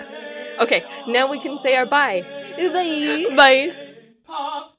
B: Okay, now we can say our bye.
A: Bye.
B: Bye.